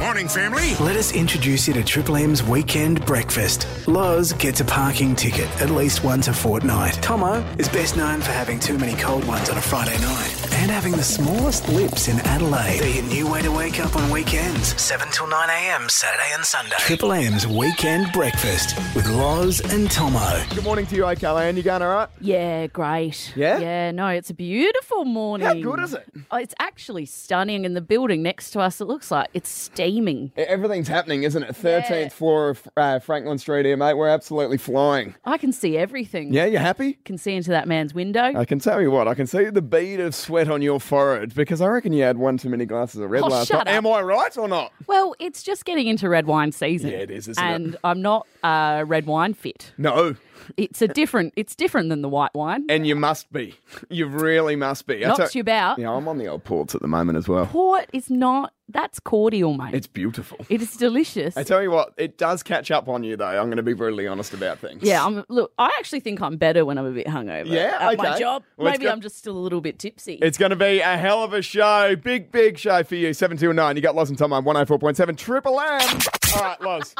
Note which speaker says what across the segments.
Speaker 1: morning, family.
Speaker 2: Let us introduce you to Triple M's weekend breakfast. Loz gets a parking ticket at least once a fortnight. Tomo is best known for having too many cold ones on a Friday night and having the smallest lips in Adelaide. They're your new way to wake up on weekends, 7 till 9 a.m. Saturday and Sunday. Triple M's weekend breakfast with Loz and Tomo.
Speaker 3: Good morning to you, okay, Leanne. You going all right?
Speaker 4: Yeah, great.
Speaker 3: Yeah?
Speaker 4: Yeah, no, it's a beautiful morning.
Speaker 3: How good is it?
Speaker 4: Oh, it's actually stunning. And the building next to us, it looks like it's steaming.
Speaker 3: E- Everything's happening, isn't it? 13th floor of uh, Franklin Street here, mate. We're absolutely flying.
Speaker 4: I can see everything.
Speaker 3: Yeah, you happy?
Speaker 4: can see into that man's window.
Speaker 3: I can tell you what, I can see the bead of sweat on your forehead because I reckon you had one too many glasses of red
Speaker 4: Oh,
Speaker 3: last
Speaker 4: shut
Speaker 3: night. Am I right or not?
Speaker 4: well, it's just getting into red wine season.
Speaker 3: Yeah, it is, isn't it?
Speaker 4: and I'm not uh, red wine fit.
Speaker 3: No.
Speaker 4: It's a different. It's different than the white wine.
Speaker 3: And you must be. You really must be. I
Speaker 4: Knocks
Speaker 3: tell-
Speaker 4: you about.
Speaker 3: Yeah, I'm on the old ports at the moment as well.
Speaker 4: Port is not. That's cordial, mate.
Speaker 3: It's beautiful.
Speaker 4: it is delicious.
Speaker 3: I tell you what, it does catch up on you though. I'm going to be brutally honest about things.
Speaker 4: Yeah, I'm, look, I actually think I'm better when I'm a bit hungover.
Speaker 3: Yeah,
Speaker 4: at my
Speaker 3: okay.
Speaker 4: job.
Speaker 3: Well, it's
Speaker 4: Maybe
Speaker 3: good.
Speaker 4: I'm just still a little bit tipsy.
Speaker 3: It's going to be a hell of a show. Big, big show for you. 7 till 9. You got Loz and Tom oh on 104.7 Triple M. All right, Loz.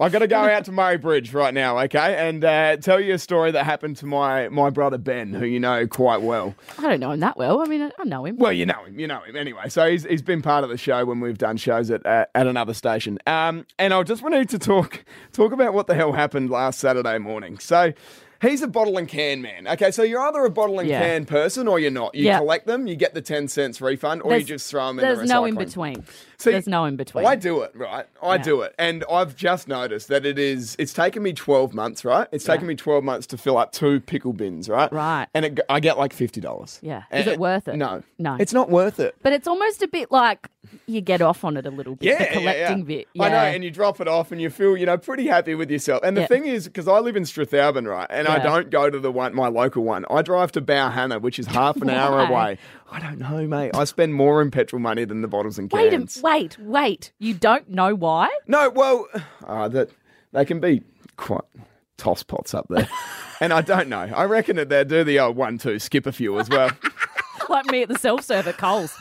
Speaker 3: I've got to go out to Murray Bridge right now, okay? And uh, tell you a story that happened to my, my brother Ben, who you know quite well.
Speaker 4: I don't know him that well. I mean, I, I know him.
Speaker 3: Well, you know him, you know him anyway. So he's, he's been part of the show when we've done shows at, uh, at another station. Um, and I just wanted to talk talk about what the hell happened last Saturday morning. So he's a bottle and can man. Okay, so you're either a bottle and
Speaker 4: Yeah.
Speaker 3: can person or you're not. You
Speaker 4: Yeah.
Speaker 3: collect them, you get the ten cents refund, or you
Speaker 4: There's-
Speaker 3: just throw them. in
Speaker 4: There's
Speaker 3: the
Speaker 4: no in
Speaker 3: recycling.
Speaker 4: between.
Speaker 3: See,
Speaker 4: there's no in between.
Speaker 3: I do it, right? I
Speaker 4: Yeah.
Speaker 3: do it. And I've just noticed that it is, it's taken me 12 months, right? It's taken
Speaker 4: Yeah.
Speaker 3: me 12 months to fill up two pickle bins, right?
Speaker 4: Right.
Speaker 3: And it, g- I get like $50.
Speaker 4: Yeah.
Speaker 3: And-
Speaker 4: Is it worth it?
Speaker 3: No.
Speaker 4: No.
Speaker 3: It's not worth it.
Speaker 4: But it's almost a bit like you get off on it a little bit.
Speaker 3: Yeah,
Speaker 4: the
Speaker 3: yeah,
Speaker 4: collecting
Speaker 3: yeah.
Speaker 4: bit.
Speaker 3: I know,
Speaker 4: Yeah.
Speaker 3: and you drop it off, and you feel, you know, pretty happy with yourself. And the
Speaker 4: Yeah.
Speaker 3: thing is, because I live in Strathalbyn, right, and I
Speaker 4: Yeah.
Speaker 3: don't go to the one, my local one. I drive to Bowhanna, which is half an hour
Speaker 4: Why?
Speaker 3: away. I don't know, mate. I spend more in petrol money than the bottles and
Speaker 4: wait,
Speaker 3: cans.
Speaker 4: a, wait, wait. You don't know why?
Speaker 3: No, well, uh, that they can be quite toss pots up there. and I don't know. I reckon that they do the old one, two, skip a few as well.
Speaker 4: like me at the self serve at Coles.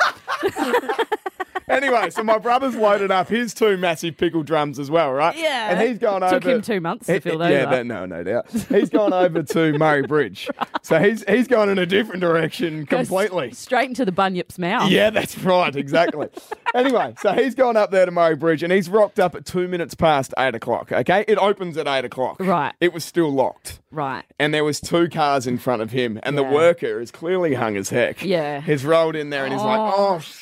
Speaker 3: anyway, so my brother's loaded up his two massive pickle drums as well, right?
Speaker 4: Yeah.
Speaker 3: And he's gone over.
Speaker 4: Took him two months to
Speaker 3: He-
Speaker 4: fill
Speaker 3: he- Yeah,
Speaker 4: those up.
Speaker 3: that, no, no doubt. He's gone over to Murray Bridge. So he's he's gone in a different direction
Speaker 4: Goes
Speaker 3: completely.
Speaker 4: straight into the bunyip's mouth.
Speaker 3: Yeah, that's right, exactly. anyway, so he's gone up there to Murray Bridge and he's rocked up at two minutes past eight o'clock, okay? It opens at eight o'clock.
Speaker 4: Right.
Speaker 3: It was still locked.
Speaker 4: Right.
Speaker 3: And there was two cars in front of him, and the
Speaker 4: Yeah.
Speaker 3: worker is clearly hung as heck.
Speaker 4: Yeah.
Speaker 3: He's rolled in there and he's like,
Speaker 4: Oh.
Speaker 3: oh, shit.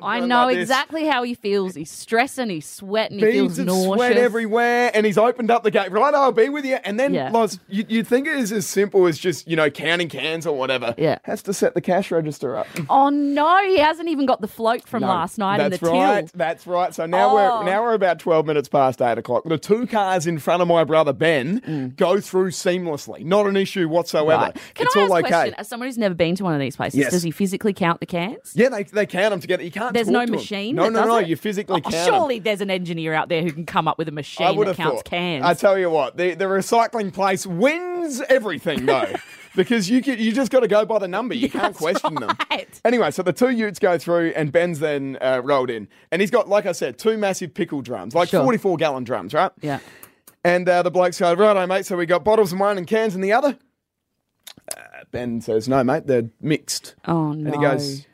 Speaker 4: I
Speaker 3: Going
Speaker 4: know
Speaker 3: like this.
Speaker 4: exactly how he feels. He's stressing, he's sweating, he
Speaker 3: Beads
Speaker 4: feels
Speaker 3: of
Speaker 4: nauseous.
Speaker 3: sweat everywhere, and he's opened up the gate. Right, I'll be with you. And then,
Speaker 4: Yeah.
Speaker 3: Loz, you, you'd think it is as simple as just, you know, counting cans or whatever.
Speaker 4: Yeah.
Speaker 3: Has to set the cash register up.
Speaker 4: Oh no, he hasn't even got the float from
Speaker 3: No,
Speaker 4: last night in
Speaker 3: That's
Speaker 4: the
Speaker 3: right.
Speaker 4: till.
Speaker 3: That's right. So now
Speaker 4: Oh.
Speaker 3: we're now we're about twelve minutes past eight o'clock. The two cars in front of my brother Ben go through seamlessly, not an issue whatsoever.
Speaker 4: Mm. Right. Can
Speaker 3: it's
Speaker 4: I ask
Speaker 3: all
Speaker 4: a
Speaker 3: okay.
Speaker 4: question? As someone who's never been to one of these places,
Speaker 3: Yes.
Speaker 4: does he physically count the cans?
Speaker 3: Yeah, they, they count them together. You can't.
Speaker 4: There's
Speaker 3: talk
Speaker 4: no
Speaker 3: to 'em.
Speaker 4: machine.
Speaker 3: No,
Speaker 4: that
Speaker 3: no,
Speaker 4: does
Speaker 3: no.
Speaker 4: it?
Speaker 3: You physically
Speaker 4: Oh,
Speaker 3: count 'em.
Speaker 4: surely there's an engineer out there who can come up with a machine
Speaker 3: I would have
Speaker 4: that counts
Speaker 3: thought.
Speaker 4: cans.
Speaker 3: I tell you what, the, the recycling place wins everything though, because you can, you just got to go by the number. You can't question them.
Speaker 4: right.
Speaker 3: Anyway, so the two Utes go through, and Ben's then uh, rolled in, and he's got, like I said, two massive pickle drums, like
Speaker 4: Sure.
Speaker 3: forty-four gallon drums, right?
Speaker 4: yeah.
Speaker 3: And uh, the blokes go, righto, mate. So we got bottles in one and cans in the other. Uh, ben says, no, mate, they're mixed.
Speaker 4: Oh
Speaker 3: and
Speaker 4: no.
Speaker 3: he goes,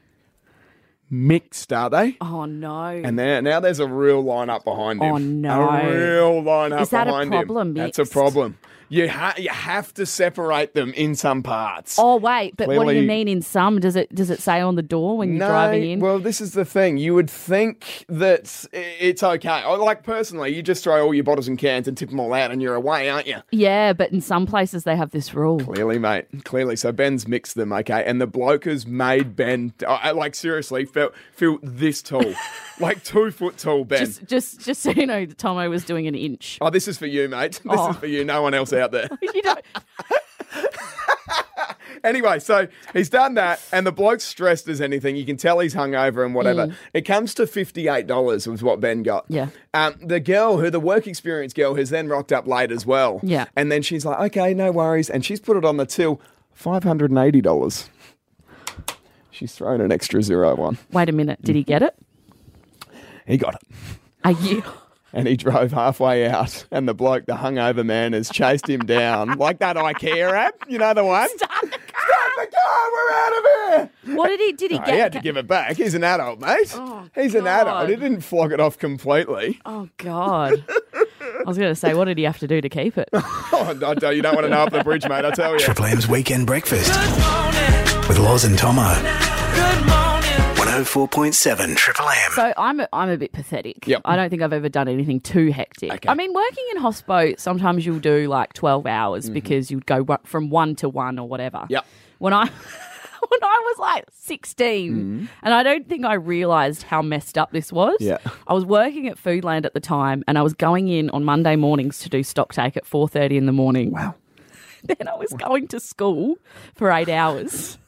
Speaker 3: mixed, are they?
Speaker 4: oh no.
Speaker 3: And there, now there's a real line up behind him.
Speaker 4: Oh, no.
Speaker 3: A real line up
Speaker 4: Is that a
Speaker 3: behind
Speaker 4: problem,
Speaker 3: him. That's a
Speaker 4: mixed?
Speaker 3: problem. You ha- you have to separate them in some parts.
Speaker 4: oh wait, but what do
Speaker 3: Clearly-
Speaker 4: you mean in some? Does it does it say on the door when you're
Speaker 3: no,
Speaker 4: driving in?
Speaker 3: well, this is the thing. You would think that i- it's okay. I- Like personally, you just throw all your bottles and cans and tip them all out, and you're away, aren't you?
Speaker 4: yeah, but in some places they have this rule.
Speaker 3: Clearly, mate. Clearly. So Ben's mixed them, okay? And the bloke has made Ben, I, I, like, seriously, feel, feel this tall. like two foot tall, Ben.
Speaker 4: Just just just so you know, Tomo was doing an inch.
Speaker 3: oh, this is for you, mate. This
Speaker 4: Oh.
Speaker 3: is for you. No one else out there.
Speaker 4: You don't-
Speaker 3: anyway, so he's done that, and the bloke's stressed as anything. You can tell he's hungover and whatever. It comes to fifty-eight dollars was what Ben got.
Speaker 4: Mm. Yeah.
Speaker 3: Um, the girl who the work experience girl has then rocked up late as well.
Speaker 4: Yeah.
Speaker 3: And then she's like, okay, no worries, and she's put it on the till, five hundred and eighty dollars. She's thrown an extra zero on.
Speaker 4: wait a minute, did he get it?
Speaker 3: He got it.
Speaker 4: Are you?
Speaker 3: and he drove halfway out, and the bloke, the hungover man, has chased him down like that IKEA app. You know the one. Start the car. We're out of here.
Speaker 4: What did he? Did he
Speaker 3: Oh,
Speaker 4: get?
Speaker 3: he had to give it back. He's an adult, mate.
Speaker 4: Oh,
Speaker 3: He's an adult.
Speaker 4: God.
Speaker 3: He didn't flog it off completely.
Speaker 4: oh God. I was going to say, what did he have to do to keep it?
Speaker 3: Oh, I tell you, you don't want to know up the bridge, mate. I tell you.
Speaker 2: Triple M's Weekend Breakfast
Speaker 1: Good morning.
Speaker 2: with Loz and Tomo.
Speaker 1: Good morning.
Speaker 2: 104.7 Triple M.
Speaker 4: So I'm a, I'm a bit pathetic.
Speaker 3: Yep.
Speaker 4: I don't think I've ever done anything too hectic.
Speaker 3: Okay.
Speaker 4: I mean, working in hospo, sometimes you'll do like 12 hours because you'd go wa- from one to one or whatever.
Speaker 3: Mm-hmm. Yep.
Speaker 4: When I when I was like 16, and I don't think I realised how messed up this was.
Speaker 3: Mm-hmm. Yeah.
Speaker 4: I was working at Foodland at the time, and I was going in on Monday mornings to do stock take at 4:30 in the morning. Wow. Then I was going to school for eight hours.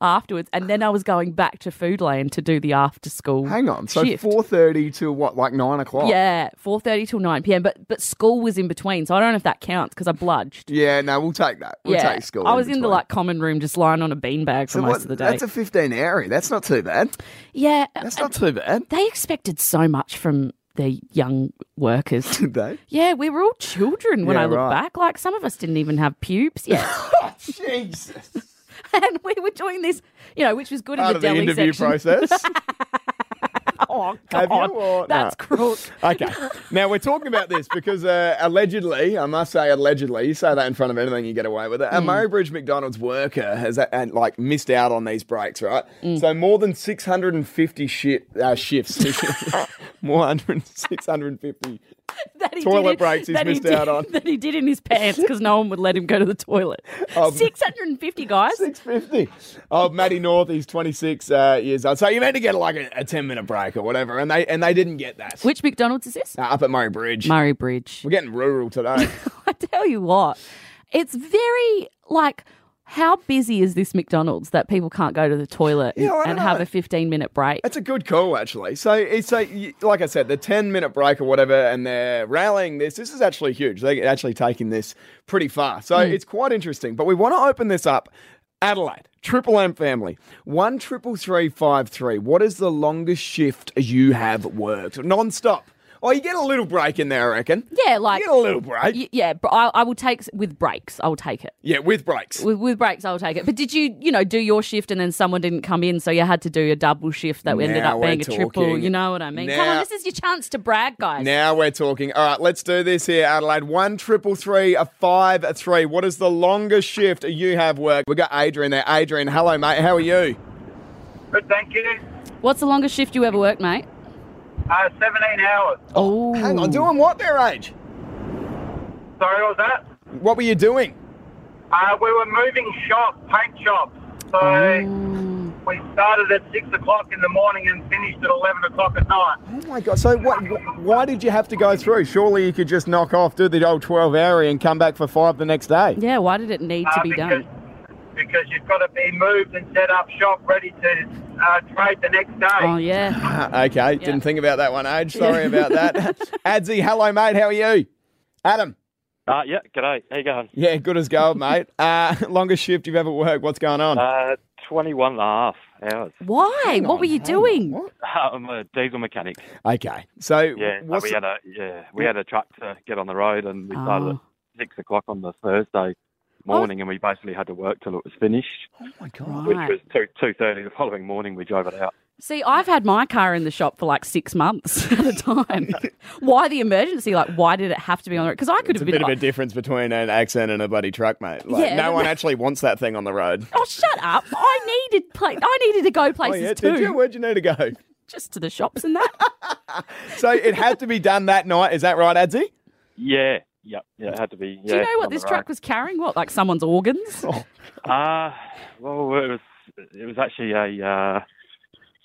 Speaker 4: Afterwards, and then I was going back to Foodland to do the after school.
Speaker 3: Hang on. So
Speaker 4: shift.
Speaker 3: four thirty to what, like nine o'clock?
Speaker 4: Yeah, four thirty till nine PM. But but school was in between, so I don't know if that counts because I bludged.
Speaker 3: Yeah. No, we'll take that. We'll
Speaker 4: yeah,
Speaker 3: take school.
Speaker 4: I was in, the
Speaker 3: between.
Speaker 4: like common room, just lying on a beanbag for
Speaker 3: So
Speaker 4: most
Speaker 3: what-
Speaker 4: of the day.
Speaker 3: That's a fifteen hour. That's not too bad.
Speaker 4: yeah,
Speaker 3: That's not too bad.
Speaker 4: they expected so much from their young workers.
Speaker 3: Did they?
Speaker 4: yeah, we were all children when
Speaker 3: Yeah,
Speaker 4: I look
Speaker 3: right.
Speaker 4: back. Like some of us didn't even have pubes. Yeah,
Speaker 3: Jesus.
Speaker 4: and we were doing this, you know, which was good
Speaker 3: Part
Speaker 4: in the
Speaker 3: of the
Speaker 4: deli
Speaker 3: interview
Speaker 4: section.
Speaker 3: process.
Speaker 4: Oh
Speaker 3: Have
Speaker 4: God,
Speaker 3: you or-
Speaker 4: that's
Speaker 3: Nah.
Speaker 4: cruel.
Speaker 3: Okay. Now we're talking about this because uh, allegedly, I must say allegedly, you say that in front of anything, you get away with it. A Murray Bridge McDonald's worker has uh, and, like missed out on these breaks, right? So more than 650 shi uh, shifts, more than 650.
Speaker 4: That he
Speaker 3: Toilet
Speaker 4: did in-
Speaker 3: breaks he's
Speaker 4: that he
Speaker 3: missed
Speaker 4: did-
Speaker 3: out on.
Speaker 4: That he did in his pants because no one would let him go to the toilet.
Speaker 3: Um,
Speaker 4: 650 guys.
Speaker 3: 650. Oh, Matty North, he's 26 uh, years old. So you meant to get like a, a 10 minute break or whatever, and they and they didn't get that.
Speaker 4: Which McDonald's is this?
Speaker 3: Uh, up at Murray Bridge.
Speaker 4: Murray Bridge.
Speaker 3: We're getting rural today.
Speaker 4: I tell you what, it's very like. How busy is this McDonald's that people can't go to the toilet
Speaker 3: Yeah, I
Speaker 4: and
Speaker 3: don't
Speaker 4: have
Speaker 3: know.
Speaker 4: a 15 minute break?
Speaker 3: That's a good call, actually. So it's a, like I said, the ten minute break or whatever, and they're rallying this. This is actually huge. They're actually taking this pretty far. So it's quite interesting. But we want to open this up. Adelaide, Triple M family, one triple three five three. What is the longest shift you have worked non-stop? Oh, you get a little break in there, I reckon.
Speaker 4: Yeah, like.
Speaker 3: you get a little break.
Speaker 4: y- yeah, but I, I will take s- with breaks. I'll take it.
Speaker 3: yeah, with breaks.
Speaker 4: With, with breaks, I'll take it. But did you, you know, do your shift and then someone didn't come in, so you had to do a double shift that ended
Speaker 3: Now
Speaker 4: up
Speaker 3: we're
Speaker 4: being a triple?
Speaker 3: talking.
Speaker 4: You know what I mean? Come
Speaker 3: Now-
Speaker 4: on, this is your chance to brag, guys.
Speaker 3: Now we're talking. All right, let's do this here, Adelaide. One triple three, a five, a three. What is the longest shift you have worked? We got Adrian there. Adrian, hello, mate. How are you?
Speaker 5: Good, thank you.
Speaker 4: What's the longest shift you ever worked, mate?
Speaker 5: Uh, 17 hours.
Speaker 4: Oh,
Speaker 3: Hang on, doing what there, Age?
Speaker 5: Sorry, what was that?
Speaker 3: What were you doing?
Speaker 5: Uh, we were moving shop, paint shop. So
Speaker 4: Oh.
Speaker 5: we started at 6 o'clock in the morning and finished at 11 o'clock at night.
Speaker 3: Oh my god! So what? Why did you have to go through? Surely you could just knock off, do the old twelve hour, and come back for five the next day.
Speaker 4: Yeah, why did it need to
Speaker 5: Uh,
Speaker 4: be
Speaker 5: because,
Speaker 4: done?
Speaker 5: because you've got to be moved and set up shop ready to uh, trade the next day.
Speaker 4: Oh yeah.
Speaker 3: Ah, okay, didn't think about that one, Age. Sorry about that. Adsy, hello, mate. How are you? Adam.
Speaker 6: Uh, yeah, g'day. How you going?
Speaker 3: Yeah, good as gold, mate. Uh, longest shift you've ever worked. What's going on?
Speaker 6: Uh, 21 and a half hours.
Speaker 4: Why? What
Speaker 3: on,
Speaker 4: were you
Speaker 3: hang on,
Speaker 4: doing?
Speaker 3: what?
Speaker 6: I'm a diesel mechanic.
Speaker 3: Okay, so
Speaker 6: Yeah, so
Speaker 3: what's
Speaker 6: we
Speaker 3: the-
Speaker 6: had a yeah we had a truck to get on the road, and we started
Speaker 4: Oh.
Speaker 6: at six o'clock on the Thursday morning, and we basically had to work till it was finished, which
Speaker 4: Right.
Speaker 6: was two two thirty the following morning. We drove it out.
Speaker 4: See, I've had my car in the shop for like six months at a time. why the emergency? Like, why did it have to be on the road? Because I could
Speaker 3: It's a
Speaker 4: have
Speaker 3: bit
Speaker 4: been
Speaker 3: of a
Speaker 4: like,
Speaker 3: difference between an accent and a bloody truck, mate. Like,
Speaker 4: Yeah,
Speaker 3: no
Speaker 4: but-
Speaker 3: one actually wants that thing on the road.
Speaker 4: oh, shut up! I needed pla- I needed to go places
Speaker 3: Oh, Did
Speaker 4: too,
Speaker 3: you? Where'd you need to go?
Speaker 4: just to the shops and that.
Speaker 3: So it had to be done that night. Is that right, Adsy?
Speaker 6: Yeah, yeah, yeah. It had to be. Yeah,
Speaker 4: Do you know
Speaker 6: on
Speaker 4: what
Speaker 6: the
Speaker 4: this
Speaker 6: road.
Speaker 4: truck was carrying? What, like someone's organs?
Speaker 6: Oh, Uh, well, it was it was actually a uh,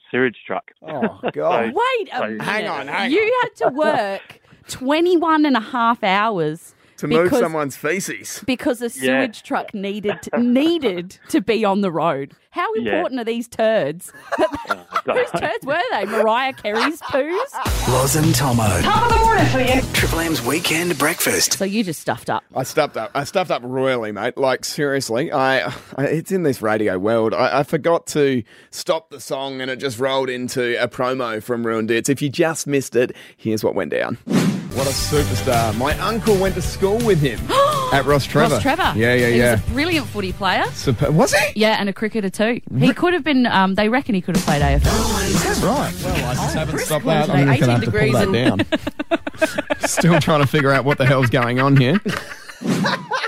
Speaker 6: sewage truck.
Speaker 3: Oh god.
Speaker 4: Wait a
Speaker 6: Sorry.
Speaker 4: minute.
Speaker 3: Hang on, hang
Speaker 4: you had to work 21 and a half hours
Speaker 3: to move
Speaker 4: Because-
Speaker 3: someone's feces.
Speaker 4: because the
Speaker 6: Yeah.
Speaker 4: sewage truck needed to, needed to be on the road. How
Speaker 6: Yeah.
Speaker 4: important are these turds? Whose turds were they? Mariah Carey's poos?
Speaker 2: Loz and Tomo. Top of the morning for you. Triple M's weekend breakfast.
Speaker 4: So you just stuffed up.
Speaker 3: I stuffed up. I stuffed up royally, mate. Like seriously, I, I it's in this radio world. I, I forgot to stop the song, and it just rolled into a promo from Ruined Dudes. If you just missed it, here's what went down. What a superstar! My uncle went to school with him at Ross Trevor.
Speaker 4: Ross Trevor.
Speaker 3: Yeah, yeah,
Speaker 4: He
Speaker 3: yeah.
Speaker 4: was a brilliant footy player.
Speaker 3: Super- was he?
Speaker 4: Yeah, and a cricketer too. He could have been. Um, they reckon he could have played AFL.
Speaker 3: That's right. Oh, Well, I just haven't stopped that.
Speaker 4: today, I'm gonna 18 have to pull degrees that
Speaker 3: down. Still trying to figure out what the hell's going on here.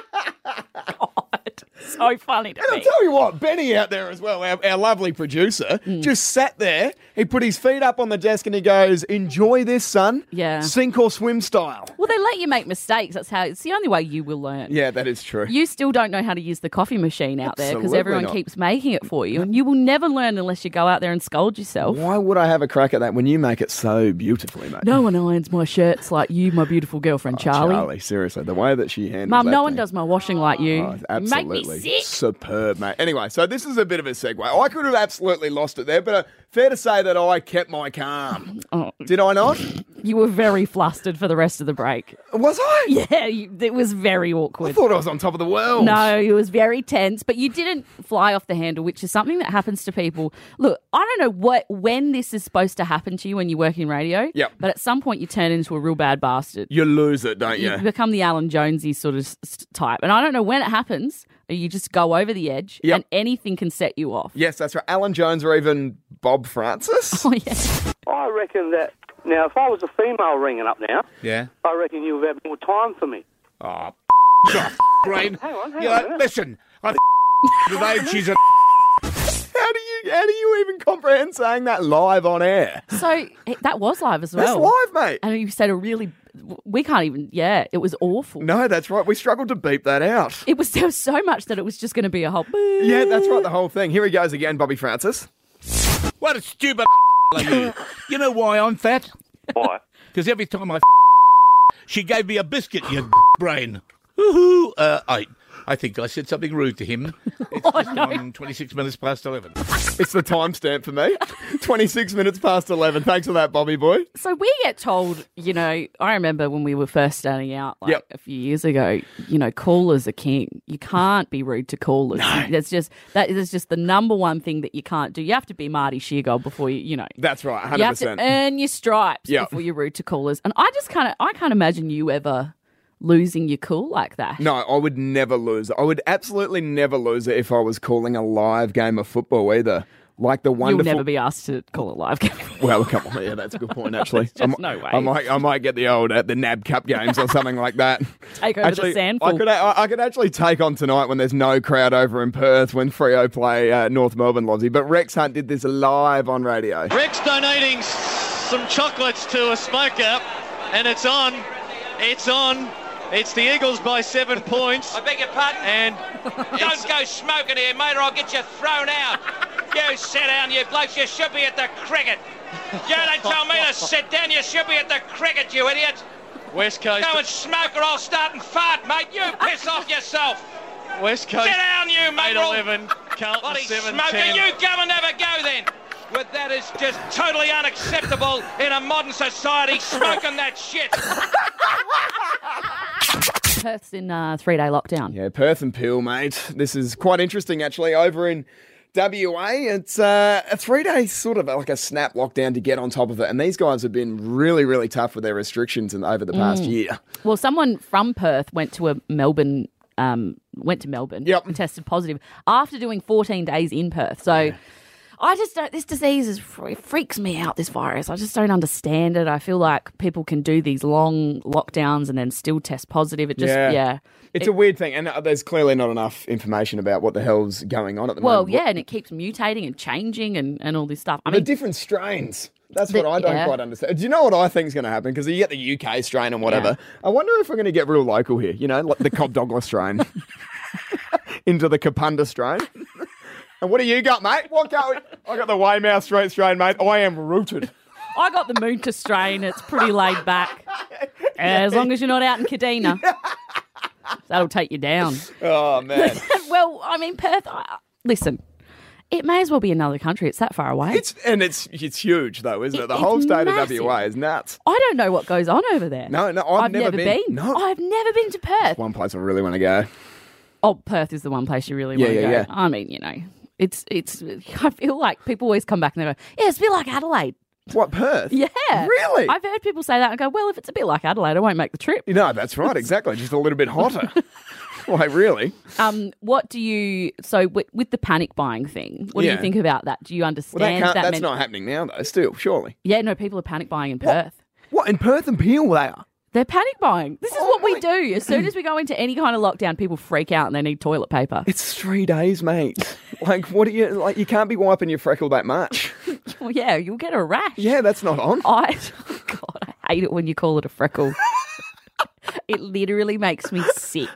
Speaker 4: so funny to
Speaker 3: And I'll
Speaker 4: me.
Speaker 3: tell you what, Benny out there as well, our, our lovely producer,
Speaker 4: Mm.
Speaker 3: just sat there. He put his feet up on the desk and he goes, Enjoy this, son.
Speaker 4: Yeah.
Speaker 3: Sink or swim style.
Speaker 4: Well, they let you make mistakes. That's how. It's the only way you will learn.
Speaker 3: Yeah, that is true.
Speaker 4: You still don't know how to use the coffee machine out there because
Speaker 3: Absolutely
Speaker 4: everyone
Speaker 3: not.
Speaker 4: keeps making it for you, and you will never learn unless you go out there and scold yourself.
Speaker 3: Why would I have a crack at that when you make it so beautifully, mate?
Speaker 4: No one irons my shirts like you, my beautiful girlfriend Charlie.
Speaker 3: Oh, Charlie, seriously, the way that she handled
Speaker 4: Mum,
Speaker 3: that
Speaker 4: no one
Speaker 3: thing.
Speaker 4: does my washing like you.
Speaker 3: Oh, it's
Speaker 4: You
Speaker 3: absolutely
Speaker 4: Make me sick.
Speaker 3: superb, mate. Anyway, so this is a bit of a segue. I could have absolutely lost it there, but uh, fair to say that I kept my calm.
Speaker 4: Oh.
Speaker 3: Did I not?
Speaker 4: You were very flustered for the rest of the break.
Speaker 3: Was I?
Speaker 4: Yeah, you, it was very awkward.
Speaker 3: I thought I was on top of the world.
Speaker 4: No, it was very tense, but you didn't fly off the handle, which is something that happens to people. Look, I don't know what when this is supposed to happen to you when you work in radio.
Speaker 3: Yep.
Speaker 4: But at some point, you turn into a real bad bastard.
Speaker 3: You lose it, don't you?
Speaker 4: You become the Alan Jonesy sort of s- s- type, and I don't know when it happens. uh, You just go over the edge,
Speaker 3: Yep.
Speaker 4: and anything can set you off.
Speaker 3: Yes, that's right. Alan Jones or even Bob Francis.
Speaker 4: Oh yeah.
Speaker 7: I reckon that now, if I was a female ringing up now,
Speaker 8: Yeah.
Speaker 7: I reckon you would have more time for me.
Speaker 8: Brain.
Speaker 7: Hang on, hang
Speaker 8: Yeah,
Speaker 7: on.
Speaker 8: listen. I today she's a
Speaker 3: How do you how do you even comprehend saying that live on air?
Speaker 4: So it- that was live as well.
Speaker 3: That's live, mate.
Speaker 4: And you said a really. We can't even. Yeah, it was awful.
Speaker 3: No, that's right. We struggled to beep that out.
Speaker 4: It was there was so much that it was just going to be a whole.
Speaker 3: Yeah, that's right. The whole thing. Here he goes again, Bobby Francis.
Speaker 8: what a stupid are you. You know why I'm fat?
Speaker 5: Why?
Speaker 8: Because every time I she gave me a biscuit, you brain. Woohoo! Uh, I I think I said something rude to him.
Speaker 1: Oh,
Speaker 8: It's just on 26 minutes past 11.
Speaker 3: It's the timestamp for me. Twenty six minutes past eleven. Thanks for that, Bobby boy.
Speaker 4: So we get told, you know, I remember when we were first starting out, like
Speaker 3: Yep.
Speaker 4: a few years ago, you know, callers are king. You can't be rude to callers. That's just that is just the number one thing that you can't do. You have to be Marty Sheargold before you, you know.
Speaker 3: That's right.
Speaker 4: You
Speaker 3: Hundred
Speaker 4: have to
Speaker 3: percent.
Speaker 4: earn your stripes
Speaker 3: Yep.
Speaker 4: before you're rude to callers. And I just kind of, I can't imagine you ever losing your cool like that.
Speaker 3: No, I would never lose. it. I would absolutely never lose it if I was calling a live game of football either. Like the
Speaker 4: You'll
Speaker 3: wonderful
Speaker 4: never be asked to call a live game.
Speaker 3: Well, come on, yeah, that's a good point. Actually,
Speaker 4: just
Speaker 3: I'm-
Speaker 4: no way.
Speaker 3: I might, I might get the old uh, the NAB Cup games or something like that.
Speaker 4: Take over the
Speaker 3: I
Speaker 4: sandful.
Speaker 3: could, I, I could actually take on tonight when there's no crowd over in Perth when Frio play uh, North Melbourne, Lozzie. But Rex Hunt did this live on radio.
Speaker 9: Rick's donating s- some chocolates to a smoker, and it's on. It's on. It's the Eagles by seven points,
Speaker 1: I beg your pardon?
Speaker 9: and
Speaker 1: Don't go smoking here, mate, or I'll get you thrown out. You sit down, you blokes. You should be at the cricket. You don't tell me to sit down. You should be at the cricket, you idiot.
Speaker 9: West Coast.
Speaker 1: Go and smoke or I'll start and fart, mate. You piss off yourself.
Speaker 9: West Coast.
Speaker 1: Sit down, you
Speaker 9: Eight
Speaker 1: mongrel.
Speaker 9: eleven. Carlton
Speaker 1: Bloody
Speaker 9: seven
Speaker 1: smoker.
Speaker 9: ten.
Speaker 1: You come and have a go then. But that is just totally unacceptable in a modern society, smoking that shit.
Speaker 4: Perth's in uh, three day lockdown.
Speaker 3: Yeah, Perth and Peel, mate. This is quite interesting, actually. Over in WA, it's uh, a three day sort of like a snap lockdown to get on top of it. And these guys have been really, really tough with their restrictions in, over the
Speaker 4: Mm.
Speaker 3: past year.
Speaker 4: Well, someone from Perth went to a Melbourne. Um, went to Melbourne.
Speaker 3: Yep.
Speaker 4: And tested positive after doing 14 days in Perth. So. I just don't. This disease is it freaks me out. This virus, I just don't understand it. I feel like people can do these long lockdowns and then still test positive. It just,
Speaker 3: Yeah.
Speaker 4: yeah.
Speaker 3: It's a weird thing, and uh, there's clearly not enough information about what the hell's going on at the
Speaker 4: Well,
Speaker 3: moment.
Speaker 4: yeah, and it keeps mutating and changing and, and all this stuff. I
Speaker 3: the
Speaker 4: mean,
Speaker 3: different strains. That's
Speaker 4: The-
Speaker 3: what I don't
Speaker 4: yeah.
Speaker 3: quite understand. Do you know what I think's going to happen? Because you get the UK strain and whatever. I wonder if we're going to get real local here. You know, like the Cobb Douglas strain into the Kapunda strain. and what do you got, mate? What go? I got the Weymouth Street strain, mate. I am rooted.
Speaker 4: I got the moon to strain. It's pretty laid back. As long as you're not out in Kadena. That'll take you down.
Speaker 3: Oh man,
Speaker 4: well, I mean, Perth. I, listen, it may as well be another country. It's that far away.
Speaker 3: it's and it's it's huge though, isn't it?
Speaker 4: It-
Speaker 3: The whole
Speaker 4: it's
Speaker 3: state
Speaker 4: massive.
Speaker 3: of WA is nuts.
Speaker 4: I don't know what goes on over there.
Speaker 3: No, no, I've never been. No.
Speaker 4: I've never been to Perth.
Speaker 3: One place I really want to go.
Speaker 4: Oh, Perth is the one place you really
Speaker 3: Yeah,
Speaker 4: want to
Speaker 3: yeah,
Speaker 4: go.
Speaker 3: yeah.
Speaker 4: I mean, you know, it's it's. I feel like people always come back and they go, "Yeah, it's a bit like Adelaide."
Speaker 3: What Perth?
Speaker 4: Yeah,
Speaker 3: Really?
Speaker 4: I've heard people say that and go, "Well, if it's a bit like Adelaide, I won't make the trip."
Speaker 3: You know, that's right. Exactly. Just a little bit hotter. Why, really?
Speaker 4: Um, what do you? So with, with the panic buying thing, what do
Speaker 3: Yeah.
Speaker 4: you think about that? Do you understand
Speaker 3: Well, that can't, that's
Speaker 4: meant-
Speaker 3: not happening now though. Still, surely.
Speaker 4: Yeah, no, people are panic buying in Perth.
Speaker 3: What in Perth and Peel they are?
Speaker 4: They're panic buying. This is
Speaker 3: Oh
Speaker 4: what we
Speaker 3: my-
Speaker 4: do. As soon as we go into any kind of lockdown, people freak out and they need toilet paper.
Speaker 3: It's three days, mate. like, what do you like? You can't be wiping your freckle that much.
Speaker 4: Well, yeah, you'll get a rash.
Speaker 3: Yeah, that's not on.
Speaker 4: I oh God, I hate it when you call it a freckle. it literally makes me sick.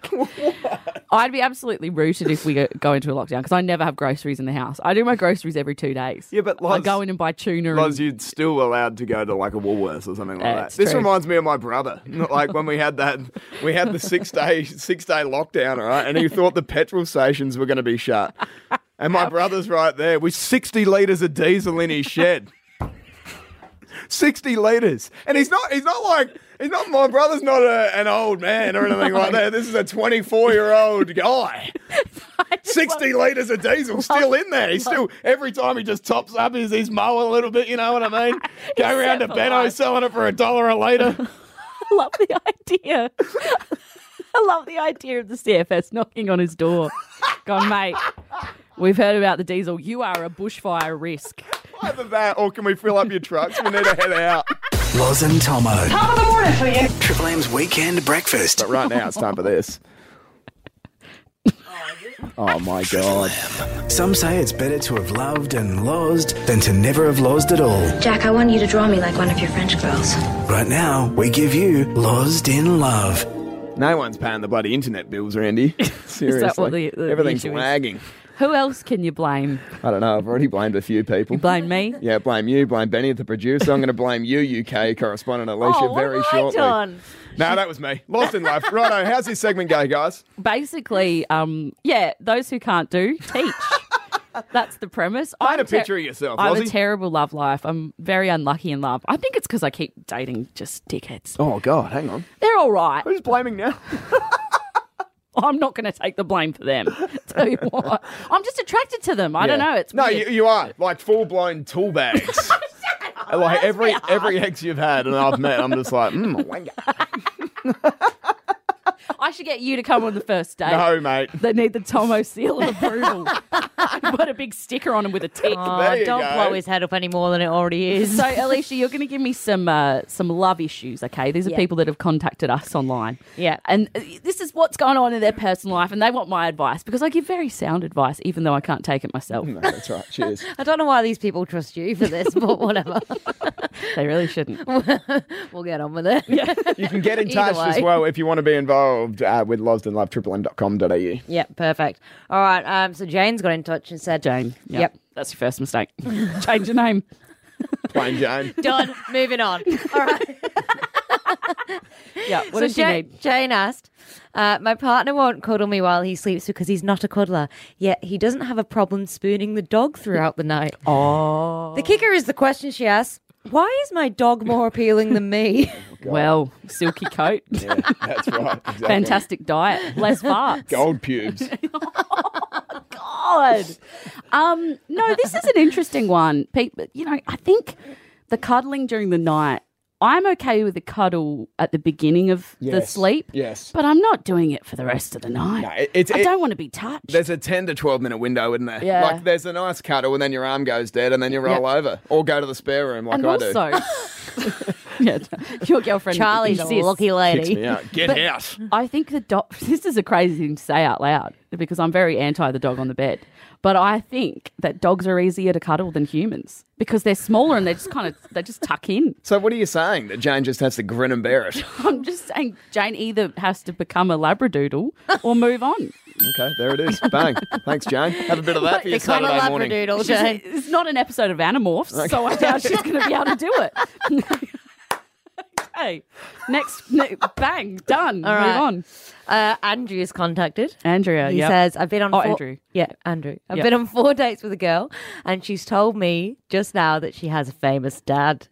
Speaker 4: I'd be absolutely rooted if we go, go into a lockdown because I never have groceries in the house. I do my groceries every two days.
Speaker 3: Yeah, but
Speaker 4: I
Speaker 3: Loz-
Speaker 4: go in and buy tuna.
Speaker 3: Otherwise,
Speaker 4: And,
Speaker 3: you'd still allowed to go to like a Woolworths or something like
Speaker 4: Yeah,
Speaker 3: that.
Speaker 4: it's
Speaker 3: This
Speaker 4: true.
Speaker 3: reminds me of my brother. Not Like when we had that, we had the six day six day lockdown, all right, and he thought the petrol stations were going to be shut. And my brother's right there with sixty liters of diesel in his shed. Sixty liters, and he's not—he's not like he's not. My brother's not a, an old man or anything like that. This is a twenty-four-year-old guy. 60 litres of diesel still in there. He's still, every time he just tops up his, his mower a little bit, you know what I mean? Go round to
Speaker 4: for
Speaker 3: Benno
Speaker 4: life.
Speaker 3: selling it for a dollar a litre.
Speaker 4: I love the idea. I love the idea of the CFS knocking on his door. Gone, mate. We've heard about the diesel. You are a bushfire risk.
Speaker 3: Either that or can we fill up your trucks? We need to head out.
Speaker 2: Loz and Tomo.
Speaker 10: Top of the morning for you.
Speaker 2: Triple M's Weekend Breakfast.
Speaker 3: But right now, it's time for this. Oh my God.
Speaker 2: Some say it's better to have loved and lozed than to never have lozed at all.
Speaker 10: Jack, I want you to draw me like one of your French girls.
Speaker 2: Right now, we give you Lozed in Love.
Speaker 3: No one's paying the bloody internet bills, Randy. Seriously.
Speaker 4: what the- the
Speaker 3: Everything's
Speaker 4: issue is?
Speaker 3: lagging.
Speaker 4: Who else can you blame?
Speaker 3: I don't know. I've already blamed a few people.
Speaker 4: Blame me?
Speaker 3: yeah, blame you, blame Benny, the producer. I'm going to blame you, UK correspondent Alicia,
Speaker 4: oh, what
Speaker 3: very
Speaker 4: have I
Speaker 3: shortly.
Speaker 4: done?
Speaker 3: No, that was me. Lost in life. Righto, how's this segment go, guys?
Speaker 4: basically, um, yeah, those who can't do, teach. That's the premise.
Speaker 3: Paint
Speaker 4: I'm
Speaker 3: a
Speaker 4: ter-
Speaker 3: picture of yourself,
Speaker 4: I have a
Speaker 3: Lozzie.
Speaker 4: terrible love life. I'm very unlucky in love. I think it's because I keep dating just dickheads.
Speaker 3: Oh God, hang on.
Speaker 4: They're all right.
Speaker 3: Who's blaming now?
Speaker 4: I'm not going to take the blame for them. Tell you what, I'm just attracted to them. I don't know. It's
Speaker 3: no,
Speaker 4: weird.
Speaker 3: you, you are like full blown tool bags. like every every ex you've had and I've met, I'm just like, mm, a wanker.
Speaker 4: I should get you to come on the first date.
Speaker 3: no, mate.
Speaker 4: They need the Tomo seal of approval. Put a big sticker on them with a tick.
Speaker 3: There you
Speaker 11: don't
Speaker 3: go.
Speaker 11: blow his head up any more than it already is.
Speaker 4: So, Alicia, you're going to give me some uh, some love issues, okay? These are
Speaker 11: Yeah.
Speaker 4: people that have contacted us online.
Speaker 11: Yeah.
Speaker 4: And uh, this is what's going on in their personal life, and they want my advice because I give very sound advice, even though I can't take it myself.
Speaker 3: No, that's right. Cheers.
Speaker 11: I don't know why these people trust you for this, but whatever.
Speaker 4: They really shouldn't.
Speaker 11: we'll get on with it. Yeah.
Speaker 3: You can get in
Speaker 11: Either
Speaker 3: touch as
Speaker 11: way.
Speaker 3: well if you want to be involved uh, with lovedanlove.triplem.com.au.
Speaker 11: yeah, perfect. All right. Um, so Jane's got in touch and said,
Speaker 4: Jane. yeah,
Speaker 11: Yep.
Speaker 4: That's your first mistake. Change your name.
Speaker 3: Plain Jane.
Speaker 11: Done. Moving on. All right.
Speaker 4: Yeah. What
Speaker 11: so
Speaker 4: does she
Speaker 11: Ja-
Speaker 4: need?
Speaker 11: Jane asked, uh, "My partner won't cuddle me while he sleeps because he's not a cuddler. Yet he doesn't have a problem spooning the dog throughout the night."
Speaker 4: Oh.
Speaker 11: The kicker is the question she asks: Why is my dog more appealing than me?
Speaker 4: Well, silky coat,
Speaker 3: That's right. Exactly.
Speaker 4: fantastic diet, less farts.
Speaker 3: Gold pubes.
Speaker 4: God. Um, no, this is an interesting one. People, you know, I think the cuddling during the night. I'm okay with the cuddle at the beginning of the
Speaker 3: Yes.
Speaker 4: sleep.
Speaker 3: Yes.
Speaker 4: But I'm not doing it for the rest of the night.
Speaker 3: No, it- it's-
Speaker 4: I
Speaker 3: it-
Speaker 4: don't want to be touched.
Speaker 3: There's a 10 to 12 minute window, isn't there?
Speaker 4: Yeah.
Speaker 3: Like, there's a nice cuddle, and then your arm goes dead, and then you roll over or go to the spare room like
Speaker 4: and
Speaker 3: I do.
Speaker 4: also, yeah, your girlfriend
Speaker 11: Charlie's a
Speaker 4: insists.
Speaker 11: lucky
Speaker 3: Kicks me
Speaker 11: lady.
Speaker 3: out. Get
Speaker 4: But-
Speaker 3: out.
Speaker 4: I think the dog. This is a crazy thing to say out loud because I'm very anti the dog on the bed. But I think that dogs are easier to cuddle than humans because they're smaller and they just kind of they just tuck in.
Speaker 3: So, what are you saying? That Jane just has to grin and bear it?
Speaker 4: I'm just saying Jane either has to become a labradoodle or move on.
Speaker 3: Okay, there it is. Bang. Thanks, Jane. Have a bit of that for your
Speaker 11: Become a
Speaker 3: Saturday morning.
Speaker 11: labradoodle,
Speaker 4: She's-
Speaker 11: Jane.
Speaker 4: it's not an episode of Animorphs, so I doubt she's going to be able to do it. Okay. Next, ne- bang, done.
Speaker 11: All right.
Speaker 4: Move on.
Speaker 11: Uh, Andrew's contacted.
Speaker 4: Andrea,
Speaker 11: He
Speaker 4: yep.
Speaker 11: says, I've been on
Speaker 4: Oh,
Speaker 11: four-
Speaker 4: Andrew.
Speaker 11: Yeah, Andrew. I've
Speaker 4: Yep.
Speaker 11: been on four dates with a girl, and she's told me just now that she has a famous dad.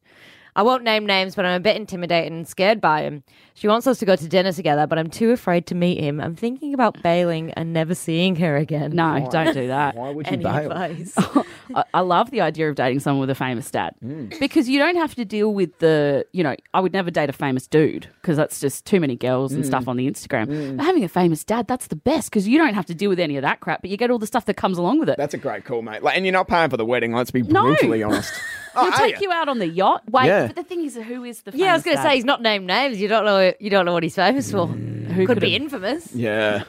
Speaker 11: I won't name names, but I'm a bit intimidated and scared by him. She wants us to go to dinner together, but I'm too afraid to meet him. I'm thinking about bailing and never seeing her again.
Speaker 4: No, don't do that. Why
Speaker 11: would you Any bail? advice?
Speaker 4: I, I love the idea of dating someone with a famous dad because you don't have to deal with the, you know, I would never date a famous dude because that's just too many girls and
Speaker 12: Mm.
Speaker 4: stuff on the Instagram.
Speaker 12: Mm.
Speaker 4: But having a famous dad, that's the best because you don't have to deal with any of that crap, but you get all the stuff that comes along with it.
Speaker 3: That's a great call, mate. Like, and you're not paying for the wedding. Let's be
Speaker 4: No.
Speaker 3: brutally honest.
Speaker 4: We'll take you out on the yacht. Wait,
Speaker 3: Yeah.
Speaker 4: but the thing is, who is the?
Speaker 11: Yeah, I was
Speaker 4: famous
Speaker 11: going to say
Speaker 4: dad?
Speaker 11: he's not named names. You don't know. You don't know what he's famous for.
Speaker 3: Mm.
Speaker 11: Who could
Speaker 4: could
Speaker 11: be
Speaker 4: have-
Speaker 11: infamous?
Speaker 3: Yeah.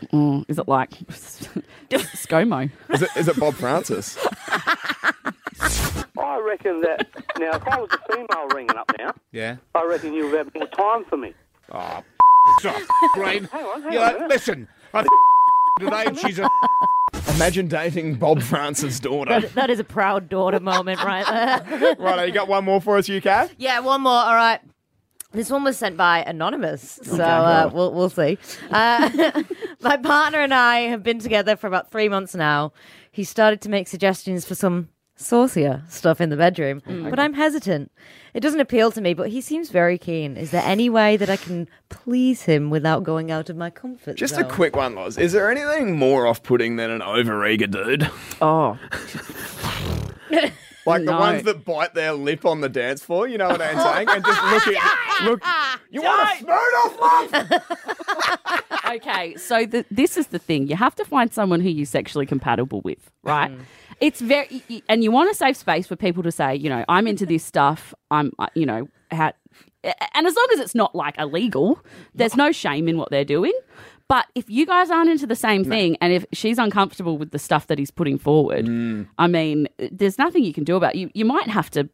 Speaker 4: is it like ScoMo?
Speaker 3: Is it, is it Bob Francis?
Speaker 7: I reckon that now, if I was a female ringing up now,
Speaker 8: Yeah.
Speaker 7: I reckon you'd have more time for me.
Speaker 8: Oh, stop, brain.
Speaker 7: Hang on, hang
Speaker 8: You're
Speaker 7: on a
Speaker 8: like,
Speaker 7: minute.
Speaker 8: listen, I today and she's a.
Speaker 3: Imagine dating Bob Francis' daughter.
Speaker 11: That, that is a proud daughter moment right there.
Speaker 3: right, you got one more for us, UK?
Speaker 11: Yeah, Uh, one more. All right. This one was sent by Anonymous, so
Speaker 3: Okay.
Speaker 11: uh, we'll, we'll see. Uh, my partner and I have been together for about three months now. He started to make suggestions for some saucier stuff in the bedroom,
Speaker 12: Mm.
Speaker 11: but I'm hesitant. It doesn't appeal to me, but he seems very keen. Is there any way that I can please him without going out of my comfort
Speaker 3: Just
Speaker 11: zone?
Speaker 3: a quick one, Loz. Is there anything more off putting than an over eager dude?
Speaker 4: Oh.
Speaker 3: Like the
Speaker 4: No.
Speaker 3: ones that bite their lip on the dance floor, you know what I'm saying? And just look at look. You want to spoon off, love?
Speaker 4: okay, so the, this is the thing: you have to find someone who you're sexually compatible with, right? It's very, y- y- and you want a safe space for people to say, you know, I'm into this stuff. I'm, uh, you know, how, and as long as it's not like illegal, there's no shame in what they're doing. But if you guys aren't into the same thing, and if she's uncomfortable with the stuff that he's putting forward, I mean, there's nothing you can do about it. you. You might have to,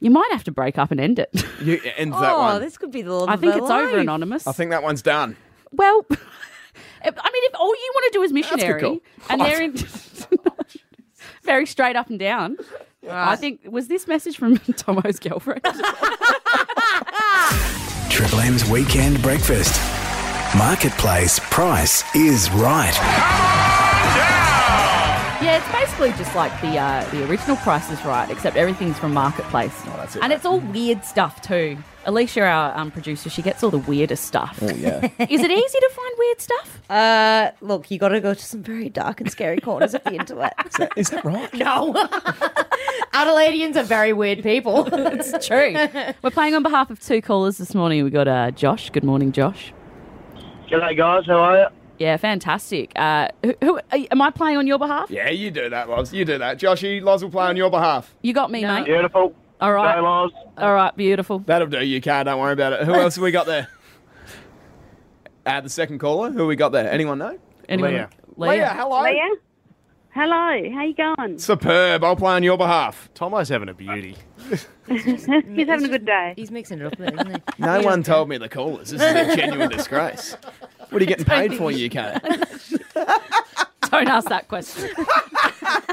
Speaker 4: you might have to break up and end it.
Speaker 3: You end that
Speaker 11: oh,
Speaker 3: one.
Speaker 11: this could be the love
Speaker 4: I
Speaker 11: of
Speaker 4: think
Speaker 11: her
Speaker 4: it's over,
Speaker 11: life.
Speaker 4: anonymous.
Speaker 3: I think that one's done.
Speaker 4: Well, I mean, if all you want to do is
Speaker 3: good
Speaker 4: missionary
Speaker 3: call.
Speaker 4: and they're in Oh, very straight up and down, I think was this message from Tomo's girlfriend?
Speaker 2: Triple M's Weekend Breakfast. Marketplace price is right.
Speaker 4: yeah, it's basically just like the uh, the original Price is Right, except everything's from Marketplace.
Speaker 12: it,
Speaker 4: and it's all weird stuff too. Alicia, our um, producer, she gets all the weirdest stuff. Oh
Speaker 3: yeah.
Speaker 4: Is it easy to find weird stuff?
Speaker 11: Uh, look, you got to go to some very dark and scary corners of the internet.
Speaker 3: Is that right?
Speaker 11: No. Adelaideans are very weird people. it's
Speaker 4: true. We're playing on behalf of two callers this morning. We got uh, Josh. Good morning, Josh.
Speaker 5: G'day, guys. How are you?
Speaker 4: Yeah, fantastic. Uh, who, who are you- am I playing on your behalf?
Speaker 3: Yeah, you do that, Loz. You do that. Joshy, Loz will play on your behalf.
Speaker 4: You got me, mate.
Speaker 5: Beautiful.
Speaker 4: All right.
Speaker 3: Go, Loz.
Speaker 4: All right, beautiful.
Speaker 3: That'll do, UK. Don't worry about it. Who else have we got there? Uh, the second caller. Who we got there? Anyone know?
Speaker 4: Anyone?
Speaker 3: Leah.
Speaker 13: Leah,
Speaker 3: hello.
Speaker 13: Leah, hello. How you going?
Speaker 3: Superb. I'll play on your behalf.
Speaker 14: Tomo's having a beauty.
Speaker 13: He's having a good day.
Speaker 11: He's mixing it up, isn't he?
Speaker 3: No one told me the callers. This is a genuine disgrace. What are you getting paid for, UK?
Speaker 4: Don't ask that question.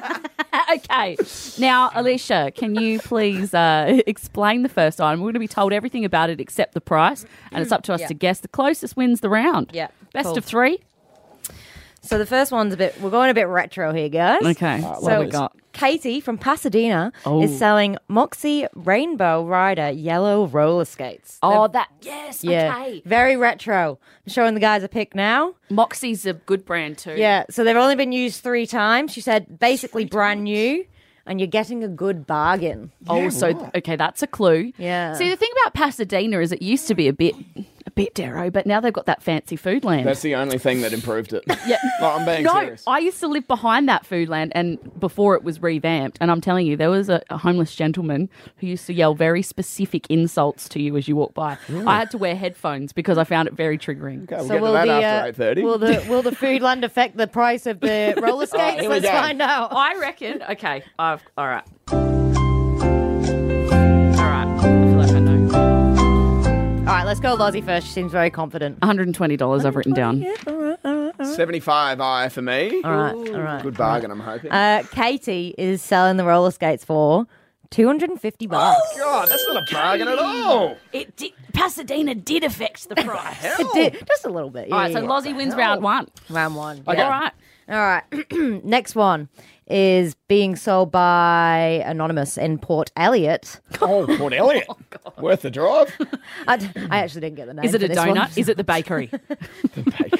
Speaker 4: okay. Now, Alicia, can you please uh, explain the first item? We're going to be told everything about it except the price, and it's up to us
Speaker 11: Yeah.
Speaker 4: to guess. The closest wins the round.
Speaker 11: Yeah.
Speaker 4: Best
Speaker 11: cool.
Speaker 4: of three.
Speaker 11: So the first one's a bit. We're going a bit retro here, guys.
Speaker 4: Okay, All right, what have we got?
Speaker 11: Katie from Pasadena
Speaker 4: Oh.
Speaker 11: is selling Moxie Rainbow Rider yellow roller skates.
Speaker 4: Oh,
Speaker 11: They're-
Speaker 4: that yes.
Speaker 11: yeah,
Speaker 4: Okay.
Speaker 11: very retro. I'm showing the guys a pic now.
Speaker 4: Moxie's a good brand too.
Speaker 11: Yeah, so they've only been used three times. She said basically brand new, and you're getting a good bargain.
Speaker 4: Oh, so okay, that's a clue.
Speaker 11: Yeah.
Speaker 4: See, the thing about Pasadena is it used to be a bit, a bit dero, but now they've got that fancy food land.
Speaker 3: That's the only thing that improved it.
Speaker 4: Yeah.
Speaker 3: No, I'm being
Speaker 4: no,
Speaker 3: serious.
Speaker 4: I used to live behind that Foodland, and before it was revamped, and I'm telling you, there was a, a homeless gentleman who used to yell very specific insults to you as you walked by.
Speaker 11: Really?
Speaker 4: I had to wear headphones because I found it very triggering. Okay,
Speaker 11: so will the uh, will the will the Foodland affect the price of the roller
Speaker 4: All right,
Speaker 11: skates?
Speaker 4: Oh, here we
Speaker 11: Let's
Speaker 4: go.
Speaker 11: find out.
Speaker 4: I reckon. Okay, I've all right. All right, I feel like I know.
Speaker 11: All right, let's go, Lozzie first. She seems very confident.
Speaker 4: $120 I've written down.
Speaker 3: Seventy-five I for me.
Speaker 11: All right, all right,
Speaker 3: Good bargain, I'm hoping.
Speaker 11: Uh, Katie is selling the roller skates for 250 bucks.
Speaker 3: God, that's not a bargain at all.
Speaker 4: It did, Pasadena did affect the price.
Speaker 3: Oh,
Speaker 11: It did, just a little bit.
Speaker 4: All right, so
Speaker 11: yeah.
Speaker 4: Lozzie wins round one.
Speaker 11: Round one.
Speaker 4: Okay. All right.
Speaker 11: All right. Next one is being sold by Anonymous in Port Elliot.
Speaker 3: Oh, Port Elliot. Worth the drive.
Speaker 11: I, d- I actually didn't get the name.
Speaker 4: Is it
Speaker 11: for
Speaker 4: a
Speaker 11: this one.
Speaker 4: donut? Is it the bakery?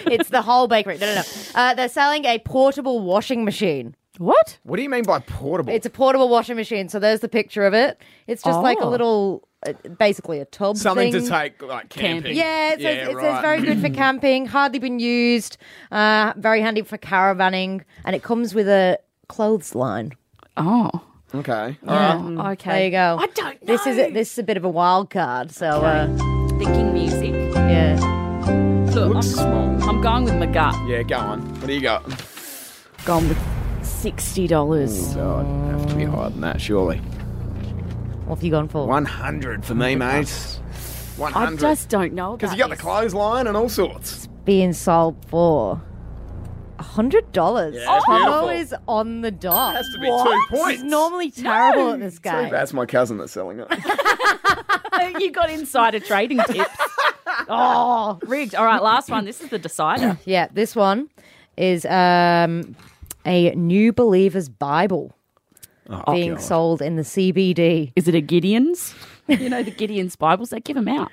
Speaker 11: it's the whole bakery. No, no, no. Uh, they're selling a portable washing machine.
Speaker 4: What?
Speaker 3: What do you mean by portable?
Speaker 11: It's a portable washing machine. So there's the picture of it. It's just like a
Speaker 3: Oh.
Speaker 11: little, uh, basically a tub.
Speaker 3: Something to
Speaker 11: thing.
Speaker 3: take, like, camping.
Speaker 11: Yeah, it says,
Speaker 3: Yeah,
Speaker 11: it says
Speaker 3: right.
Speaker 11: very good for camping. Hardly been used. Uh, very handy for caravanning, and it comes with a clothesline.
Speaker 4: Oh.
Speaker 3: Okay. All
Speaker 11: Yeah. Mm.
Speaker 3: right.
Speaker 4: okay.
Speaker 11: There you go.
Speaker 4: I don't
Speaker 11: This is a, this is a bit of a wild card. So uh,
Speaker 4: Thinking music.
Speaker 11: Yeah.
Speaker 4: Look,
Speaker 3: Looks
Speaker 4: I'm,
Speaker 3: small.
Speaker 4: I'm going with my gut.
Speaker 3: Yeah, go on. What do you got?
Speaker 4: Gone with sixty dollars.
Speaker 3: God, have to be higher than that, surely.
Speaker 11: What have you gone for?
Speaker 3: One hundred for me, mate. One
Speaker 4: I
Speaker 3: hundred.
Speaker 4: just don't know.
Speaker 3: Because you got the clothesline and all sorts.
Speaker 11: being sold for hundred dollars.
Speaker 3: Yeah, that's beautiful.
Speaker 11: is on the dot.
Speaker 3: Has to be two What? points.
Speaker 11: He's normally terrible
Speaker 4: No.
Speaker 11: at this
Speaker 3: So
Speaker 11: game.
Speaker 3: that's my cousin that's selling it.
Speaker 4: you got insider trading tips. oh, rigged. All right, last one. This is the decider.
Speaker 11: Yeah, this one is um, a New Believers Bible being
Speaker 3: Oh,
Speaker 4: God.
Speaker 11: sold in the CBD.
Speaker 4: Is it a Gideon's? You know the Gideon's Bibles. They give them out.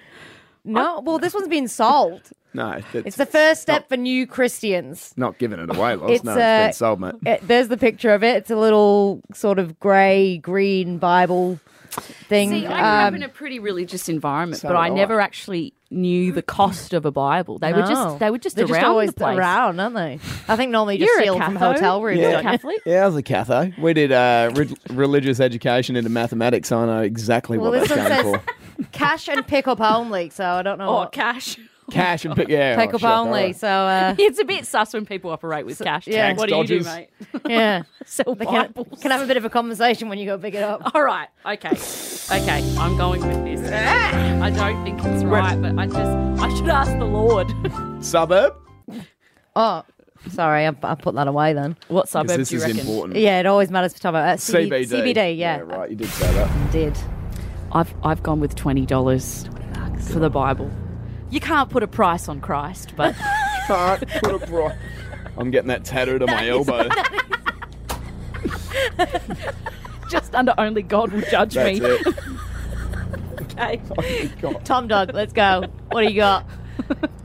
Speaker 11: No, well, this one's been sold.
Speaker 3: no, that's
Speaker 11: It's the first step for new Christians.
Speaker 3: not giving it away, Loz.
Speaker 11: It's,
Speaker 3: no,
Speaker 11: uh,
Speaker 3: it's been sold, mate.
Speaker 11: It, there's the picture of it. It's a little sort of grey green Bible thing.
Speaker 4: See, I grew up
Speaker 11: Um,
Speaker 4: in a pretty religious environment,
Speaker 11: So
Speaker 4: but I
Speaker 11: did I.
Speaker 4: never actually knew the cost of a Bible. They were
Speaker 11: No.
Speaker 4: just they were just
Speaker 11: They're
Speaker 4: around
Speaker 11: always
Speaker 4: the place.
Speaker 11: around, aren't they? I think normally you just
Speaker 4: You're a
Speaker 11: steal from
Speaker 4: Catho.
Speaker 11: hotel rooms.
Speaker 4: You're a
Speaker 11: don't you?
Speaker 3: Yeah, I was a Catho. We did uh, re- religious education into mathematics, so I know exactly
Speaker 11: Well,
Speaker 3: what
Speaker 11: this
Speaker 3: that's going
Speaker 11: one says
Speaker 3: for.
Speaker 11: cash and pick up only, so I don't know.
Speaker 4: Or
Speaker 11: what-
Speaker 4: Oh, cash.
Speaker 3: Cash and pick, yeah.
Speaker 11: pick
Speaker 3: oh,
Speaker 11: up
Speaker 3: shit, all
Speaker 11: only,
Speaker 3: right.
Speaker 11: so uh,
Speaker 4: It's a bit sus when people operate with cash.
Speaker 11: yeah.
Speaker 4: What do
Speaker 3: Tax
Speaker 4: you do,
Speaker 3: dodgers.
Speaker 4: mate?
Speaker 11: yeah.
Speaker 4: Sell
Speaker 11: They can,
Speaker 4: Bibles.
Speaker 11: can have a bit of a conversation when you go pick it up.
Speaker 4: All right. Okay. Okay. I'm going with this. I don't think it's right, but I just I should ask the Lord.
Speaker 3: Suburb?
Speaker 11: Oh, sorry, I, I put that away then.
Speaker 4: What
Speaker 3: suburb this do you is reckon? important.
Speaker 11: Yeah, it always matters for time. Uh, CB,
Speaker 3: CBD.
Speaker 11: CBD, yeah.
Speaker 3: right, you did say that.
Speaker 11: Did.
Speaker 4: I've I've gone with twenty dollars for the Bible. You can't put a price on Christ, but
Speaker 3: Can't put a bri- I'm getting that tattooed on my elbow.
Speaker 4: just under only God will judge
Speaker 3: That's
Speaker 4: me.
Speaker 3: it.
Speaker 4: okay.
Speaker 11: Tom Dog, let's go. What do you got?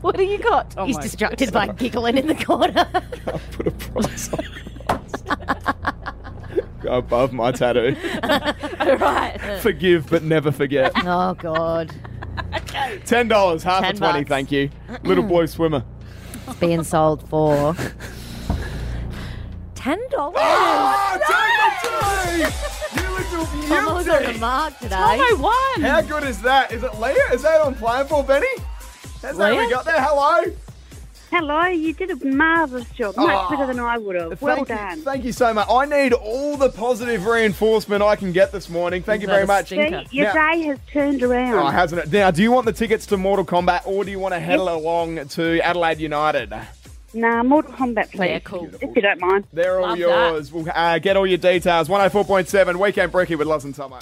Speaker 4: What do you got?
Speaker 13: Oh
Speaker 4: Tom?
Speaker 11: He's distracted by giggling in the corner.
Speaker 3: put a price on Go above my tattoo.
Speaker 4: All right.
Speaker 3: Forgive but never forget.
Speaker 11: oh God,
Speaker 3: Ten dollars, half a
Speaker 11: Ten
Speaker 3: twenty,
Speaker 11: bucks.
Speaker 3: thank you. Little blue swimmer.
Speaker 11: it's being sold for ten dollars.
Speaker 3: Oh,
Speaker 11: Tom was on the mark today.
Speaker 4: won.
Speaker 3: How good is that? Is it Leah? Is that on plan for Benny? That's how we
Speaker 13: Leah?
Speaker 3: got there. Hello.
Speaker 13: Hello, you did a marvellous job.
Speaker 3: Oh.
Speaker 13: Much better than I would have. Well
Speaker 3: thank
Speaker 13: done.
Speaker 3: You, thank you so much. I need all the positive reinforcement I can get this morning. Thank you
Speaker 13: That
Speaker 3: very
Speaker 13: is
Speaker 3: much.
Speaker 13: See, your
Speaker 3: Now-
Speaker 13: day has turned around.
Speaker 3: Oh, hasn't it? Now, do you want the tickets to Mortal Kombat or do you want to head
Speaker 13: Yes.
Speaker 3: along to Adelaide United?
Speaker 13: Nah, Mortal Kombat, please.
Speaker 4: Yeah, cool.
Speaker 13: If you don't mind.
Speaker 3: They're all
Speaker 13: Love
Speaker 3: yours. We'll uh, get all your details. 104.7 Weekend Brekkie with Loves and Tomo.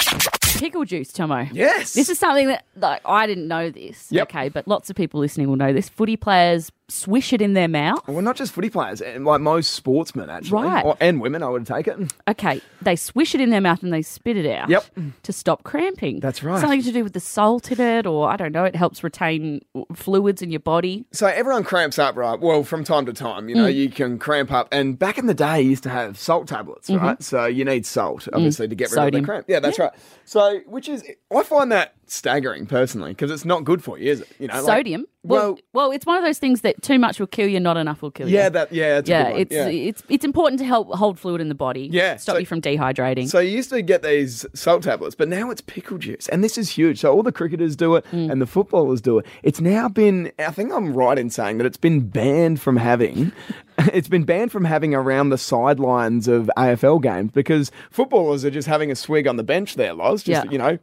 Speaker 4: Pickle juice, Tomo.
Speaker 3: Yes.
Speaker 4: This is something that like I didn't know this.
Speaker 3: Yep.
Speaker 4: Okay, but lots of people listening will know this. Footy players swish it in their mouth.
Speaker 3: Well, not just footy players, and like most sportsmen, actually.
Speaker 4: Right.
Speaker 3: Or- and women, I would take it.
Speaker 4: Okay, they swish it in their mouth and they spit it out.
Speaker 3: Yep.
Speaker 4: To stop cramping. That's
Speaker 3: right.
Speaker 4: Something to do with the salt in it, or I don't know. It helps retain fluids in your body.
Speaker 3: So everyone cramps up, right? Well, from time to time, you know,
Speaker 4: Mm.
Speaker 3: you can cramp up. And back in the day, you used to have salt tablets,
Speaker 4: Mhm.
Speaker 3: right? So you need salt, obviously, to get rid of
Speaker 4: Mm. Sodium.
Speaker 3: the cramp. Yeah, that's right. So, which is, I find that staggering personally because it's not good for you, is it? You know, like-
Speaker 4: Sodium. well, well, it's one of those things that too much will kill you, not enough will kill you.
Speaker 3: Yeah, that- yeah, that's a
Speaker 4: yeah.
Speaker 3: good one.
Speaker 4: It's
Speaker 3: Yeah.
Speaker 4: it's it's important to help hold fluid in the body.
Speaker 3: Yeah,
Speaker 4: Stop
Speaker 3: so-
Speaker 4: you from dehydrating.
Speaker 3: So you used to get these salt tablets, but now it's pickle juice, and this is huge. So all the cricketers do it,
Speaker 4: Mm.
Speaker 3: and the footballers do it. It's now been, I think I'm right in saying that it's been banned from having. It's been banned from having around the sidelines of AFL games because footballers are just having a swig on the bench there, Loz. Just
Speaker 4: Yeah.
Speaker 3: you know,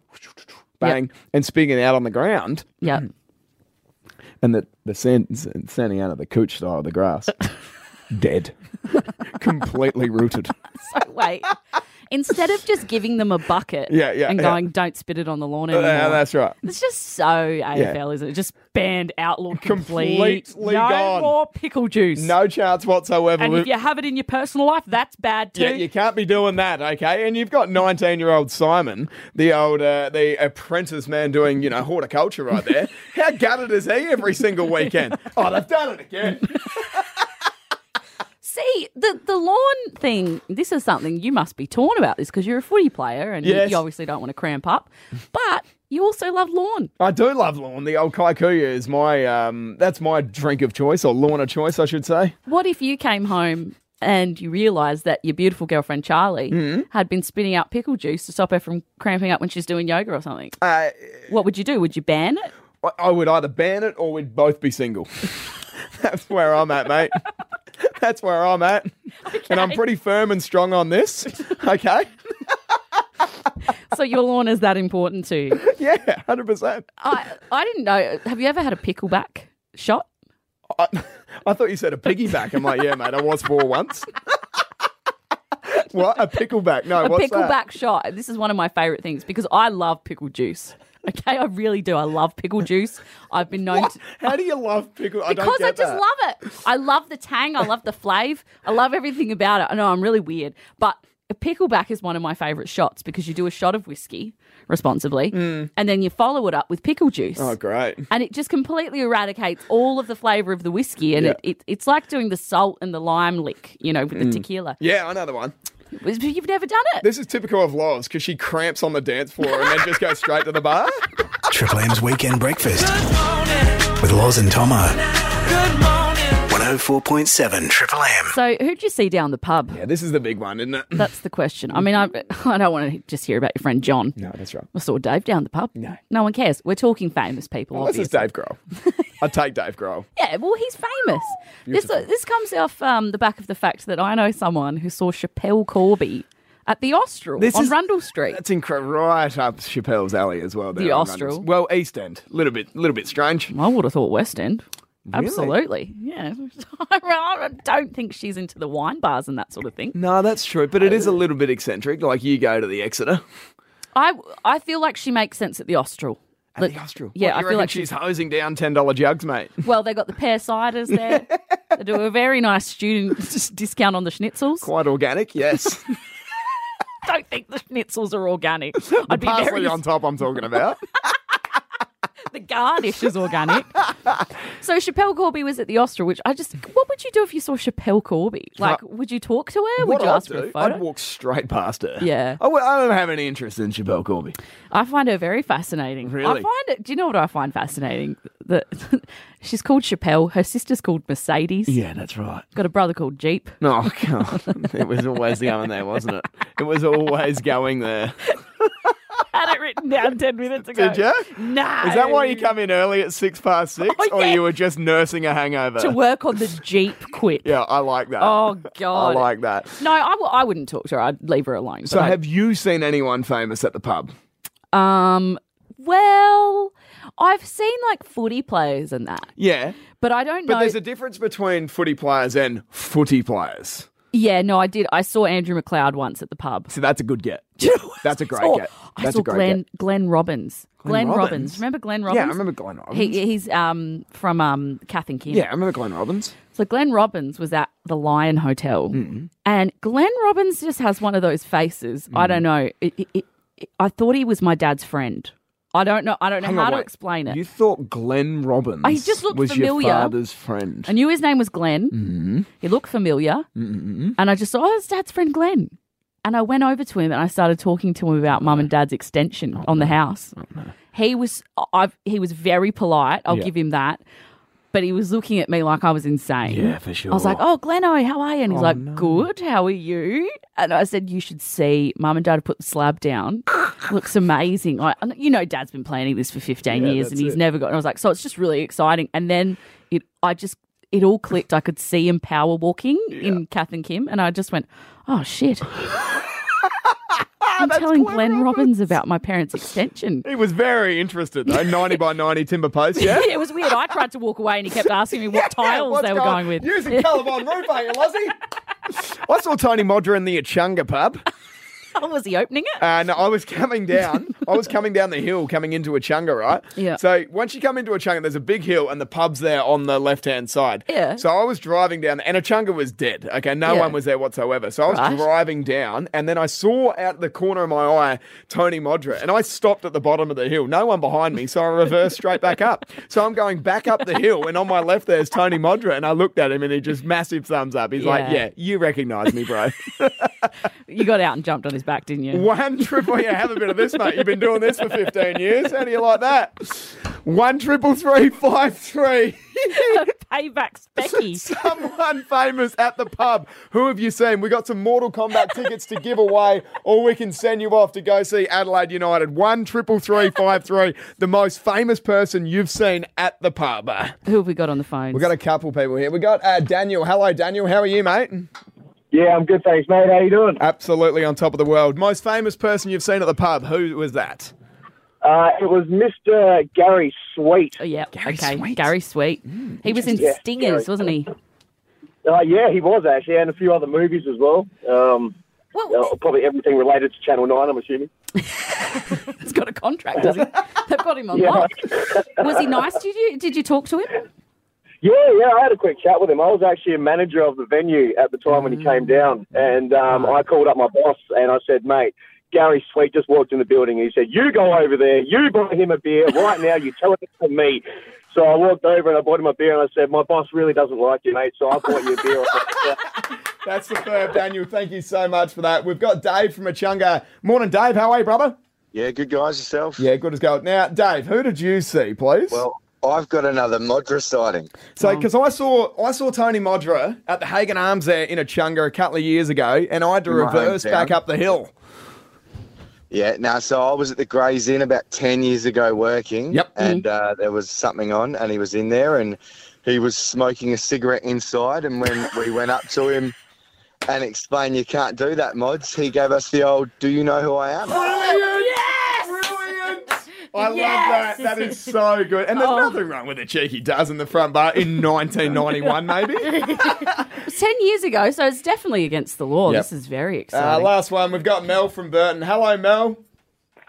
Speaker 3: bang, and spitting it out on the ground.
Speaker 4: Yeah.
Speaker 3: And the the sand, standing out of the cooch style of the grass, dead, completely rooted.
Speaker 4: So wait, instead of just giving them a bucket
Speaker 3: Yeah, yeah,
Speaker 4: and
Speaker 3: yeah.
Speaker 4: going, don't spit it on the lawn
Speaker 3: Uh,
Speaker 4: anymore.
Speaker 3: that's right.
Speaker 4: It's just so AFL, isn't it? Just banned, outlawed, complete.
Speaker 3: Completely
Speaker 4: no
Speaker 3: gone.
Speaker 4: more pickle juice.
Speaker 3: No chance whatsoever.
Speaker 4: And
Speaker 3: We-
Speaker 4: if you have it in your personal life, that's bad too.
Speaker 3: Yeah, you can't be doing that, okay? And you've got 19-year-old Simon, the old, uh, the apprentice man doing, you know, horticulture right there. How gutted is he every single weekend? oh, they've done it again.
Speaker 4: See, the, the lawn thing, this is something you must be torn about this because you're a footy player and you-
Speaker 3: Yes.
Speaker 4: you obviously don't want to cramp up, but you also love lawn.
Speaker 3: I do love lawn. The old kaikuya is my, um, that's my drink of choice or lawn of choice, I should say.
Speaker 4: What if you came home and you realised that your beautiful girlfriend Charlie
Speaker 3: Mhm.
Speaker 4: had been spitting out pickle juice to stop her from cramping up when she's doing yoga or something? what would you do? Would you ban it?
Speaker 3: I- I would either ban it or we'd both be single. That's where I'm at, mate. That's where I'm at. And I'm pretty firm and strong on this. Okay?
Speaker 4: So your lawn is that important to you?
Speaker 3: Yeah, 100%.
Speaker 4: I, I didn't know. Have you ever had a pickleback shot?
Speaker 3: I thought you said a piggyback. I'm like, yeah, mate, I was four once. what? A pickleback? No,
Speaker 4: a
Speaker 3: what's
Speaker 4: pickleback
Speaker 3: that?
Speaker 4: shot. This is one of my favourite things because I love pickle juice. Okay, I really do. I love pickle juice. I've been known to.
Speaker 3: How do you love pickle? I don't
Speaker 4: because I
Speaker 3: get
Speaker 4: just
Speaker 3: that.
Speaker 4: love it. I love the tang. I love the flave. I love everything about it. I know I'm really weird, but a pickleback is one of my favourite shots because you do a shot of whiskey responsibly, and then you follow it up with pickle juice.
Speaker 3: Hmm. Oh, great.
Speaker 4: And it just completely eradicates all of the flavour of the whiskey, and
Speaker 3: Yeah.
Speaker 4: it, it, it's like doing the salt and the lime lick, you know, with
Speaker 3: Mm.
Speaker 4: the tequila.
Speaker 3: Yeah, I know the one.
Speaker 4: You've never done it.
Speaker 3: This is typical of Loz because she cramps on the dance floor and then just goes straight to the bar.
Speaker 2: Triple M's Weekend Breakfast with Loz and Tomo. oh Good morning. 104.7 Triple M.
Speaker 4: So, who'd you see down the pub?
Speaker 3: Yeah, this is the big one, isn't it?
Speaker 4: That's the question. I mean, I, I don't want to just hear about your friend John.
Speaker 3: No, that's right.
Speaker 4: I saw Dave down the pub. No. No one cares. We're talking famous people.
Speaker 3: Well, this is
Speaker 4: obviously.
Speaker 3: Dave Grohl. I take Dave Grohl.
Speaker 4: Yeah, well, he's famous. This,
Speaker 3: Beautiful.
Speaker 4: this comes off um, the back of the fact that I know someone who saw Chappelle Corby at the Austral
Speaker 3: This
Speaker 4: on
Speaker 3: is-
Speaker 4: Rundle Street.
Speaker 3: That's incredible. Right up Chappelle's alley as well. there
Speaker 4: The
Speaker 3: on
Speaker 4: Austral.
Speaker 3: Rundles. Well, East End. A little bit, little bit strange.
Speaker 4: I would have thought West End.
Speaker 3: Really?
Speaker 4: Absolutely. Yeah. I don't think she's into the wine bars and that sort of thing.
Speaker 3: No, that's true, but it is a little bit eccentric. Like you go to the Exeter.
Speaker 4: I, I feel like she makes sense at the Austral.
Speaker 3: At the Austral.
Speaker 4: Yeah,
Speaker 3: What, you
Speaker 4: I feel
Speaker 3: reckon
Speaker 4: like
Speaker 3: she's hosing down ten dollar jugs, mate.
Speaker 4: Well, they got the pear ciders there. they do a very nice student dis- discount on the schnitzels.
Speaker 3: Quite organic, yes.
Speaker 4: Don't think the schnitzels are organic.
Speaker 3: the
Speaker 4: I'd be
Speaker 3: parsley
Speaker 4: very
Speaker 3: on top. I'm talking about.
Speaker 4: the garnish is organic. so Chappelle Corby was at the Austral, which I just what would you do if you saw Chappelle Corby? Like, would you talk to her? Would
Speaker 3: what
Speaker 4: you
Speaker 3: I'd
Speaker 4: ask for a
Speaker 3: do,
Speaker 4: photo?
Speaker 3: I'd walk straight past her.
Speaker 4: Yeah.
Speaker 3: I w- I don't have any interest in Chappelle Corby.
Speaker 4: I find her very fascinating. I
Speaker 3: Really?
Speaker 4: find it. Do you know what I find fascinating? That she's called Chappelle. Her sister's called Mercedes.
Speaker 3: Yeah, that's right.
Speaker 4: Got a brother called Jeep.
Speaker 3: No, oh, God. it was always going there, wasn't it? It was always going there.
Speaker 4: Had it written down ten minutes ago.
Speaker 3: Did you?
Speaker 4: No.
Speaker 3: Is that why you come in early at six past six, or
Speaker 4: Oh, yeah.
Speaker 3: you were just nursing a hangover?
Speaker 4: to work on the Jeep quit?
Speaker 3: Yeah, I like that.
Speaker 4: Oh, God.
Speaker 3: I like that.
Speaker 4: No, I w- I wouldn't talk to her. I'd leave her alone.
Speaker 3: So,
Speaker 4: But I-
Speaker 3: have you seen anyone famous at the pub?
Speaker 4: um, well, I've seen like footy players and that,
Speaker 3: Yeah,
Speaker 4: but I don't
Speaker 3: but
Speaker 4: know.
Speaker 3: there's a difference between footy players and footy players.
Speaker 4: yeah, no, I did. I saw Andrew McLeod once at the pub.
Speaker 3: So that's a good get. That's a great
Speaker 4: saw-
Speaker 3: get.
Speaker 4: I
Speaker 3: That's
Speaker 4: saw
Speaker 3: a great
Speaker 4: Glenn
Speaker 3: get.
Speaker 4: Glenn Robbins.
Speaker 3: Glenn
Speaker 4: Glenn,
Speaker 3: Robbins?
Speaker 4: Robbins? Remember Glenn
Speaker 3: Yeah, I
Speaker 4: Robbins?
Speaker 3: remember Glenn Robbins.
Speaker 4: He, he's um from um Kath and Kim.
Speaker 3: Yeah, I remember Glenn Robbins.
Speaker 4: So Glenn Robbins was at the Lion Hotel,
Speaker 3: Mm-hmm.
Speaker 4: and Glenn Robbins just has one of those faces.
Speaker 3: Mm.
Speaker 4: I don't know. It, it, it, it- I thought he was my dad's friend. I don't know. I don't know
Speaker 3: Hang
Speaker 4: how
Speaker 3: on,
Speaker 4: to
Speaker 3: wait.
Speaker 4: explain it.
Speaker 3: You thought Glenn Robbins
Speaker 4: I just looked
Speaker 3: was
Speaker 4: familiar.
Speaker 3: your father's friend.
Speaker 4: I knew his name was Glenn.
Speaker 3: Mhm.
Speaker 4: He looked familiar,
Speaker 3: Mhm.
Speaker 4: and I just saw oh, his dad's friend Glenn. And I went over to him and I started talking to him about mum and dad's extension
Speaker 3: Oh,
Speaker 4: on the house. He was I've, he was very polite. I'll
Speaker 3: Yeah.
Speaker 4: give him that. But he was looking at me like I was insane.
Speaker 3: Yeah, for
Speaker 4: I was like,
Speaker 3: sure.
Speaker 4: "Oh, Gleno, how are you?" And he's
Speaker 3: Oh,
Speaker 4: like,
Speaker 3: no.
Speaker 4: "Good. How are you?" And I said, "You should see. Mum and Dad have put the slab down. Looks amazing. I, and you know, Dad's been planning this for fifteen
Speaker 12: Yeah,
Speaker 4: years, and
Speaker 12: that's
Speaker 4: he's
Speaker 12: it.
Speaker 4: never got." And I was like, "So it's just really exciting." And then it, I just, it all clicked. I could see him power walking in Kath and Kim, and I just went, "Oh shit." I'm telling Glenn Robbins. about my parents' extension.
Speaker 3: He was very interested though. Ninety by ninety timber post. Yeah,
Speaker 4: it was weird. I tried to walk away and he kept asking me what tiles
Speaker 3: what's
Speaker 4: they were
Speaker 3: going-
Speaker 4: going, with.
Speaker 3: Using Caliban roof, are you, Lozzie? I saw Tony Modra in the Achunga pub.
Speaker 4: Oh, was he opening it?
Speaker 3: And Uh, I was coming down. I was coming down the hill, coming into a chunga, right?
Speaker 4: Yeah.
Speaker 3: So once you come into a chunga, there's a big hill, and the pub's there on the left hand side.
Speaker 4: Yeah.
Speaker 3: So I was driving down, and a chunga was dead. Okay, no
Speaker 4: Yeah.
Speaker 3: one was there whatsoever. So I was
Speaker 4: Right.
Speaker 3: driving down, and then I saw out the corner of my eye Tony Modra, and I stopped at the bottom of the hill. No one behind me, so I reversed straight back up. So I'm going back up the hill, and on my left there's Tony Modra, and I looked at him, and he just massive thumbs up. He's like,
Speaker 4: Yeah.
Speaker 3: "Yeah, you recognise me, bro."
Speaker 4: You got out and jumped on his back, didn't you?
Speaker 3: One triple. Yeah, have a bit of this, mate. You've been doing this for 15 years. How do you like that? One triple three five three.
Speaker 4: Payback's Becky.
Speaker 3: Someone famous at the pub. Who have you seen? We got some Mortal Kombat tickets to give away, or we can send you off to go see Adelaide United. One triple three five three. The most famous person you've seen at the pub.
Speaker 4: Who have we got on the phone?
Speaker 3: We've got a couple people here. We got uh, Daniel. Hello, Daniel. How are you, mate?
Speaker 12: Yeah, I'm good, thanks, mate. How you doing?
Speaker 3: Absolutely on top of the world. Most famous person you've seen at the pub. Who was that?
Speaker 12: Uh, it was Mr. Gary Sweet.
Speaker 4: Oh, yeah. okay, Gary Sweet. he was in
Speaker 12: interesting. Yeah,
Speaker 4: Stingers,
Speaker 12: Gary.
Speaker 4: wasn't he?
Speaker 12: Uh, yeah, he was actually, and a few other movies as well. Um, uh, probably everything related to Channel 9, I'm assuming.
Speaker 4: He's got a contract, does he? They've got him on lock. Was he nice? Did you did you talk to him?
Speaker 12: Yeah, yeah, I had a quick chat with him. I was actually a manager of the venue at the time when he came down, and um, I called up my boss and I said, mate, Gary Sweet just walked in the building. He said, you go over there, you buy him a beer right now, you tell it to me. So I walked over and I bought him a beer and I said, my boss really doesn't like you, mate, so I bought you a beer.
Speaker 3: That's the third, Daniel. Thank you so much for that. We've got Dave from Achunga. Morning, Dave. How are you, brother?
Speaker 14: Yeah, good guys yourself.
Speaker 3: Yeah, good as gold. Now, Dave, who did you see, please?
Speaker 14: Well, I've got another Modra sighting.
Speaker 3: So, because I saw I saw Tony Modra at the Hagen Arms there in Achunga a couple of years ago, and I had to
Speaker 14: In my
Speaker 3: reverse
Speaker 14: hometown.
Speaker 3: back up the hill.
Speaker 14: Yeah, now so I was at the Gray's Inn about ten years ago working. Yep. And uh, there was something on, and he was in there, and he was smoking a cigarette inside. And when we went up to him and explained you can't do that, mods, he gave us the old "Do you know who I am?"
Speaker 3: Brilliant! Brilliant!
Speaker 14: Yes!
Speaker 3: I love that. That is so good. And there's nothing wrong with a cheeky does in the front bar in 1991, maybe.
Speaker 4: It was Ten years ago, so it's definitely against the law.
Speaker 3: Yep.
Speaker 4: This is very
Speaker 3: Uh,
Speaker 4: exciting.
Speaker 3: last one, we've got Mel from Burton. Hello, Mel.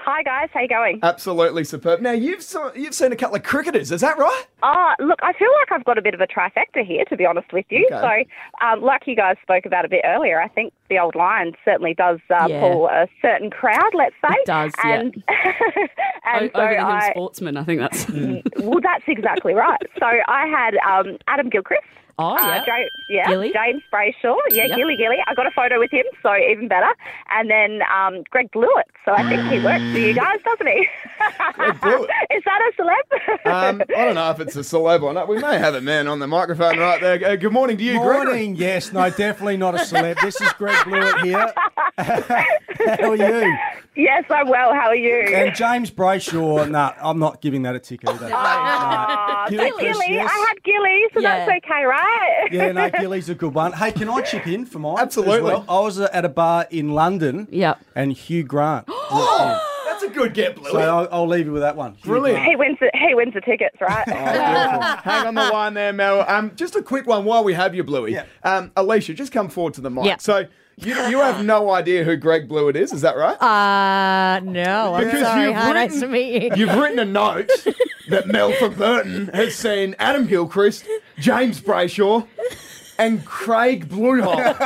Speaker 15: Hi guys, how you going?
Speaker 3: Absolutely superb. Now you've saw, you've seen a couple of cricketers, is that right?
Speaker 15: Uh, look, I feel like I've got a bit of a trifecta here, to be honest with you.
Speaker 3: Okay.
Speaker 15: So, um, like you guys spoke about a bit earlier, I think the old lion certainly does uh,
Speaker 4: Yeah.
Speaker 15: pull a certain crowd, let's say.
Speaker 4: It does, yeah.
Speaker 15: And, and
Speaker 4: O- over
Speaker 15: so
Speaker 4: the hill
Speaker 15: I,
Speaker 4: sportsman, I think that's.
Speaker 11: Mm.
Speaker 15: well, that's exactly right. So I had um, Adam Gilchrist.
Speaker 4: Oh, yeah.
Speaker 15: Uh, Jo- yeah,
Speaker 4: Gilly.
Speaker 15: James Brayshaw. Yeah,
Speaker 4: Yep.
Speaker 15: Gilly Gilly. I got a photo with him, so even better. And then um, Greg Blewett. So I think he works for you guys, doesn't he? Is that a celeb?
Speaker 3: Um, I don't know if it's a celeb or not. We may have a man on the microphone right there. Uh, good morning to you, Gregory.
Speaker 16: Morning. Yes, no, definitely not a celeb. This is Greg Blewett here. How are you?
Speaker 15: Yes, I'm well. How are you?
Speaker 16: And James Brayshaw. No, I'm not giving that a tick either.
Speaker 15: Aw,
Speaker 16: Gilly
Speaker 15: but
Speaker 16: Chris,
Speaker 15: Gilly,
Speaker 16: yes.
Speaker 15: I had Gilly, so that's okay, right?
Speaker 16: Yeah, no, Gilly's a good one. Hey, can I chip in for mine? as
Speaker 3: Absolutely.
Speaker 16: well? I was at a bar in London.
Speaker 4: Yeah.
Speaker 16: And Hugh Grant.
Speaker 3: Oh, that's a good get, Blue.
Speaker 16: so I'll, I'll leave you with that one. Hugh Grant.
Speaker 15: He wins. The, he wins the tickets, right?
Speaker 3: Hang on the line there, Mel. Um, just a quick one while we have you, Bluey. Um, Alicia, just come forward to the mic.
Speaker 11: Yeah.
Speaker 3: So you, you have no idea who Greg Blewett is, is that right?
Speaker 11: Uh, no, I'm
Speaker 3: Because
Speaker 11: sorry.
Speaker 3: you've
Speaker 11: Hi, nice to
Speaker 3: written-
Speaker 11: meet you.
Speaker 3: You've written a note that Mel from Burton has seen Adam Gilchrist, James Brayshaw, and Craig Bluehole.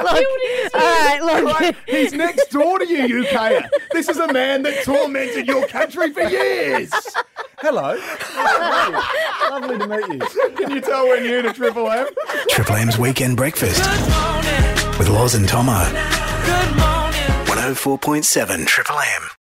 Speaker 11: Look, all right, look.
Speaker 3: Craig, he's next door to you, UKer. This is a man that tormented your country for years.
Speaker 16: Hello. Lovely to meet you.
Speaker 3: Can you tell we're new to Triple M?
Speaker 2: Triple M's Weekend Breakfast oh with Loz and Tomo. Good morning. 104.7 Triple M.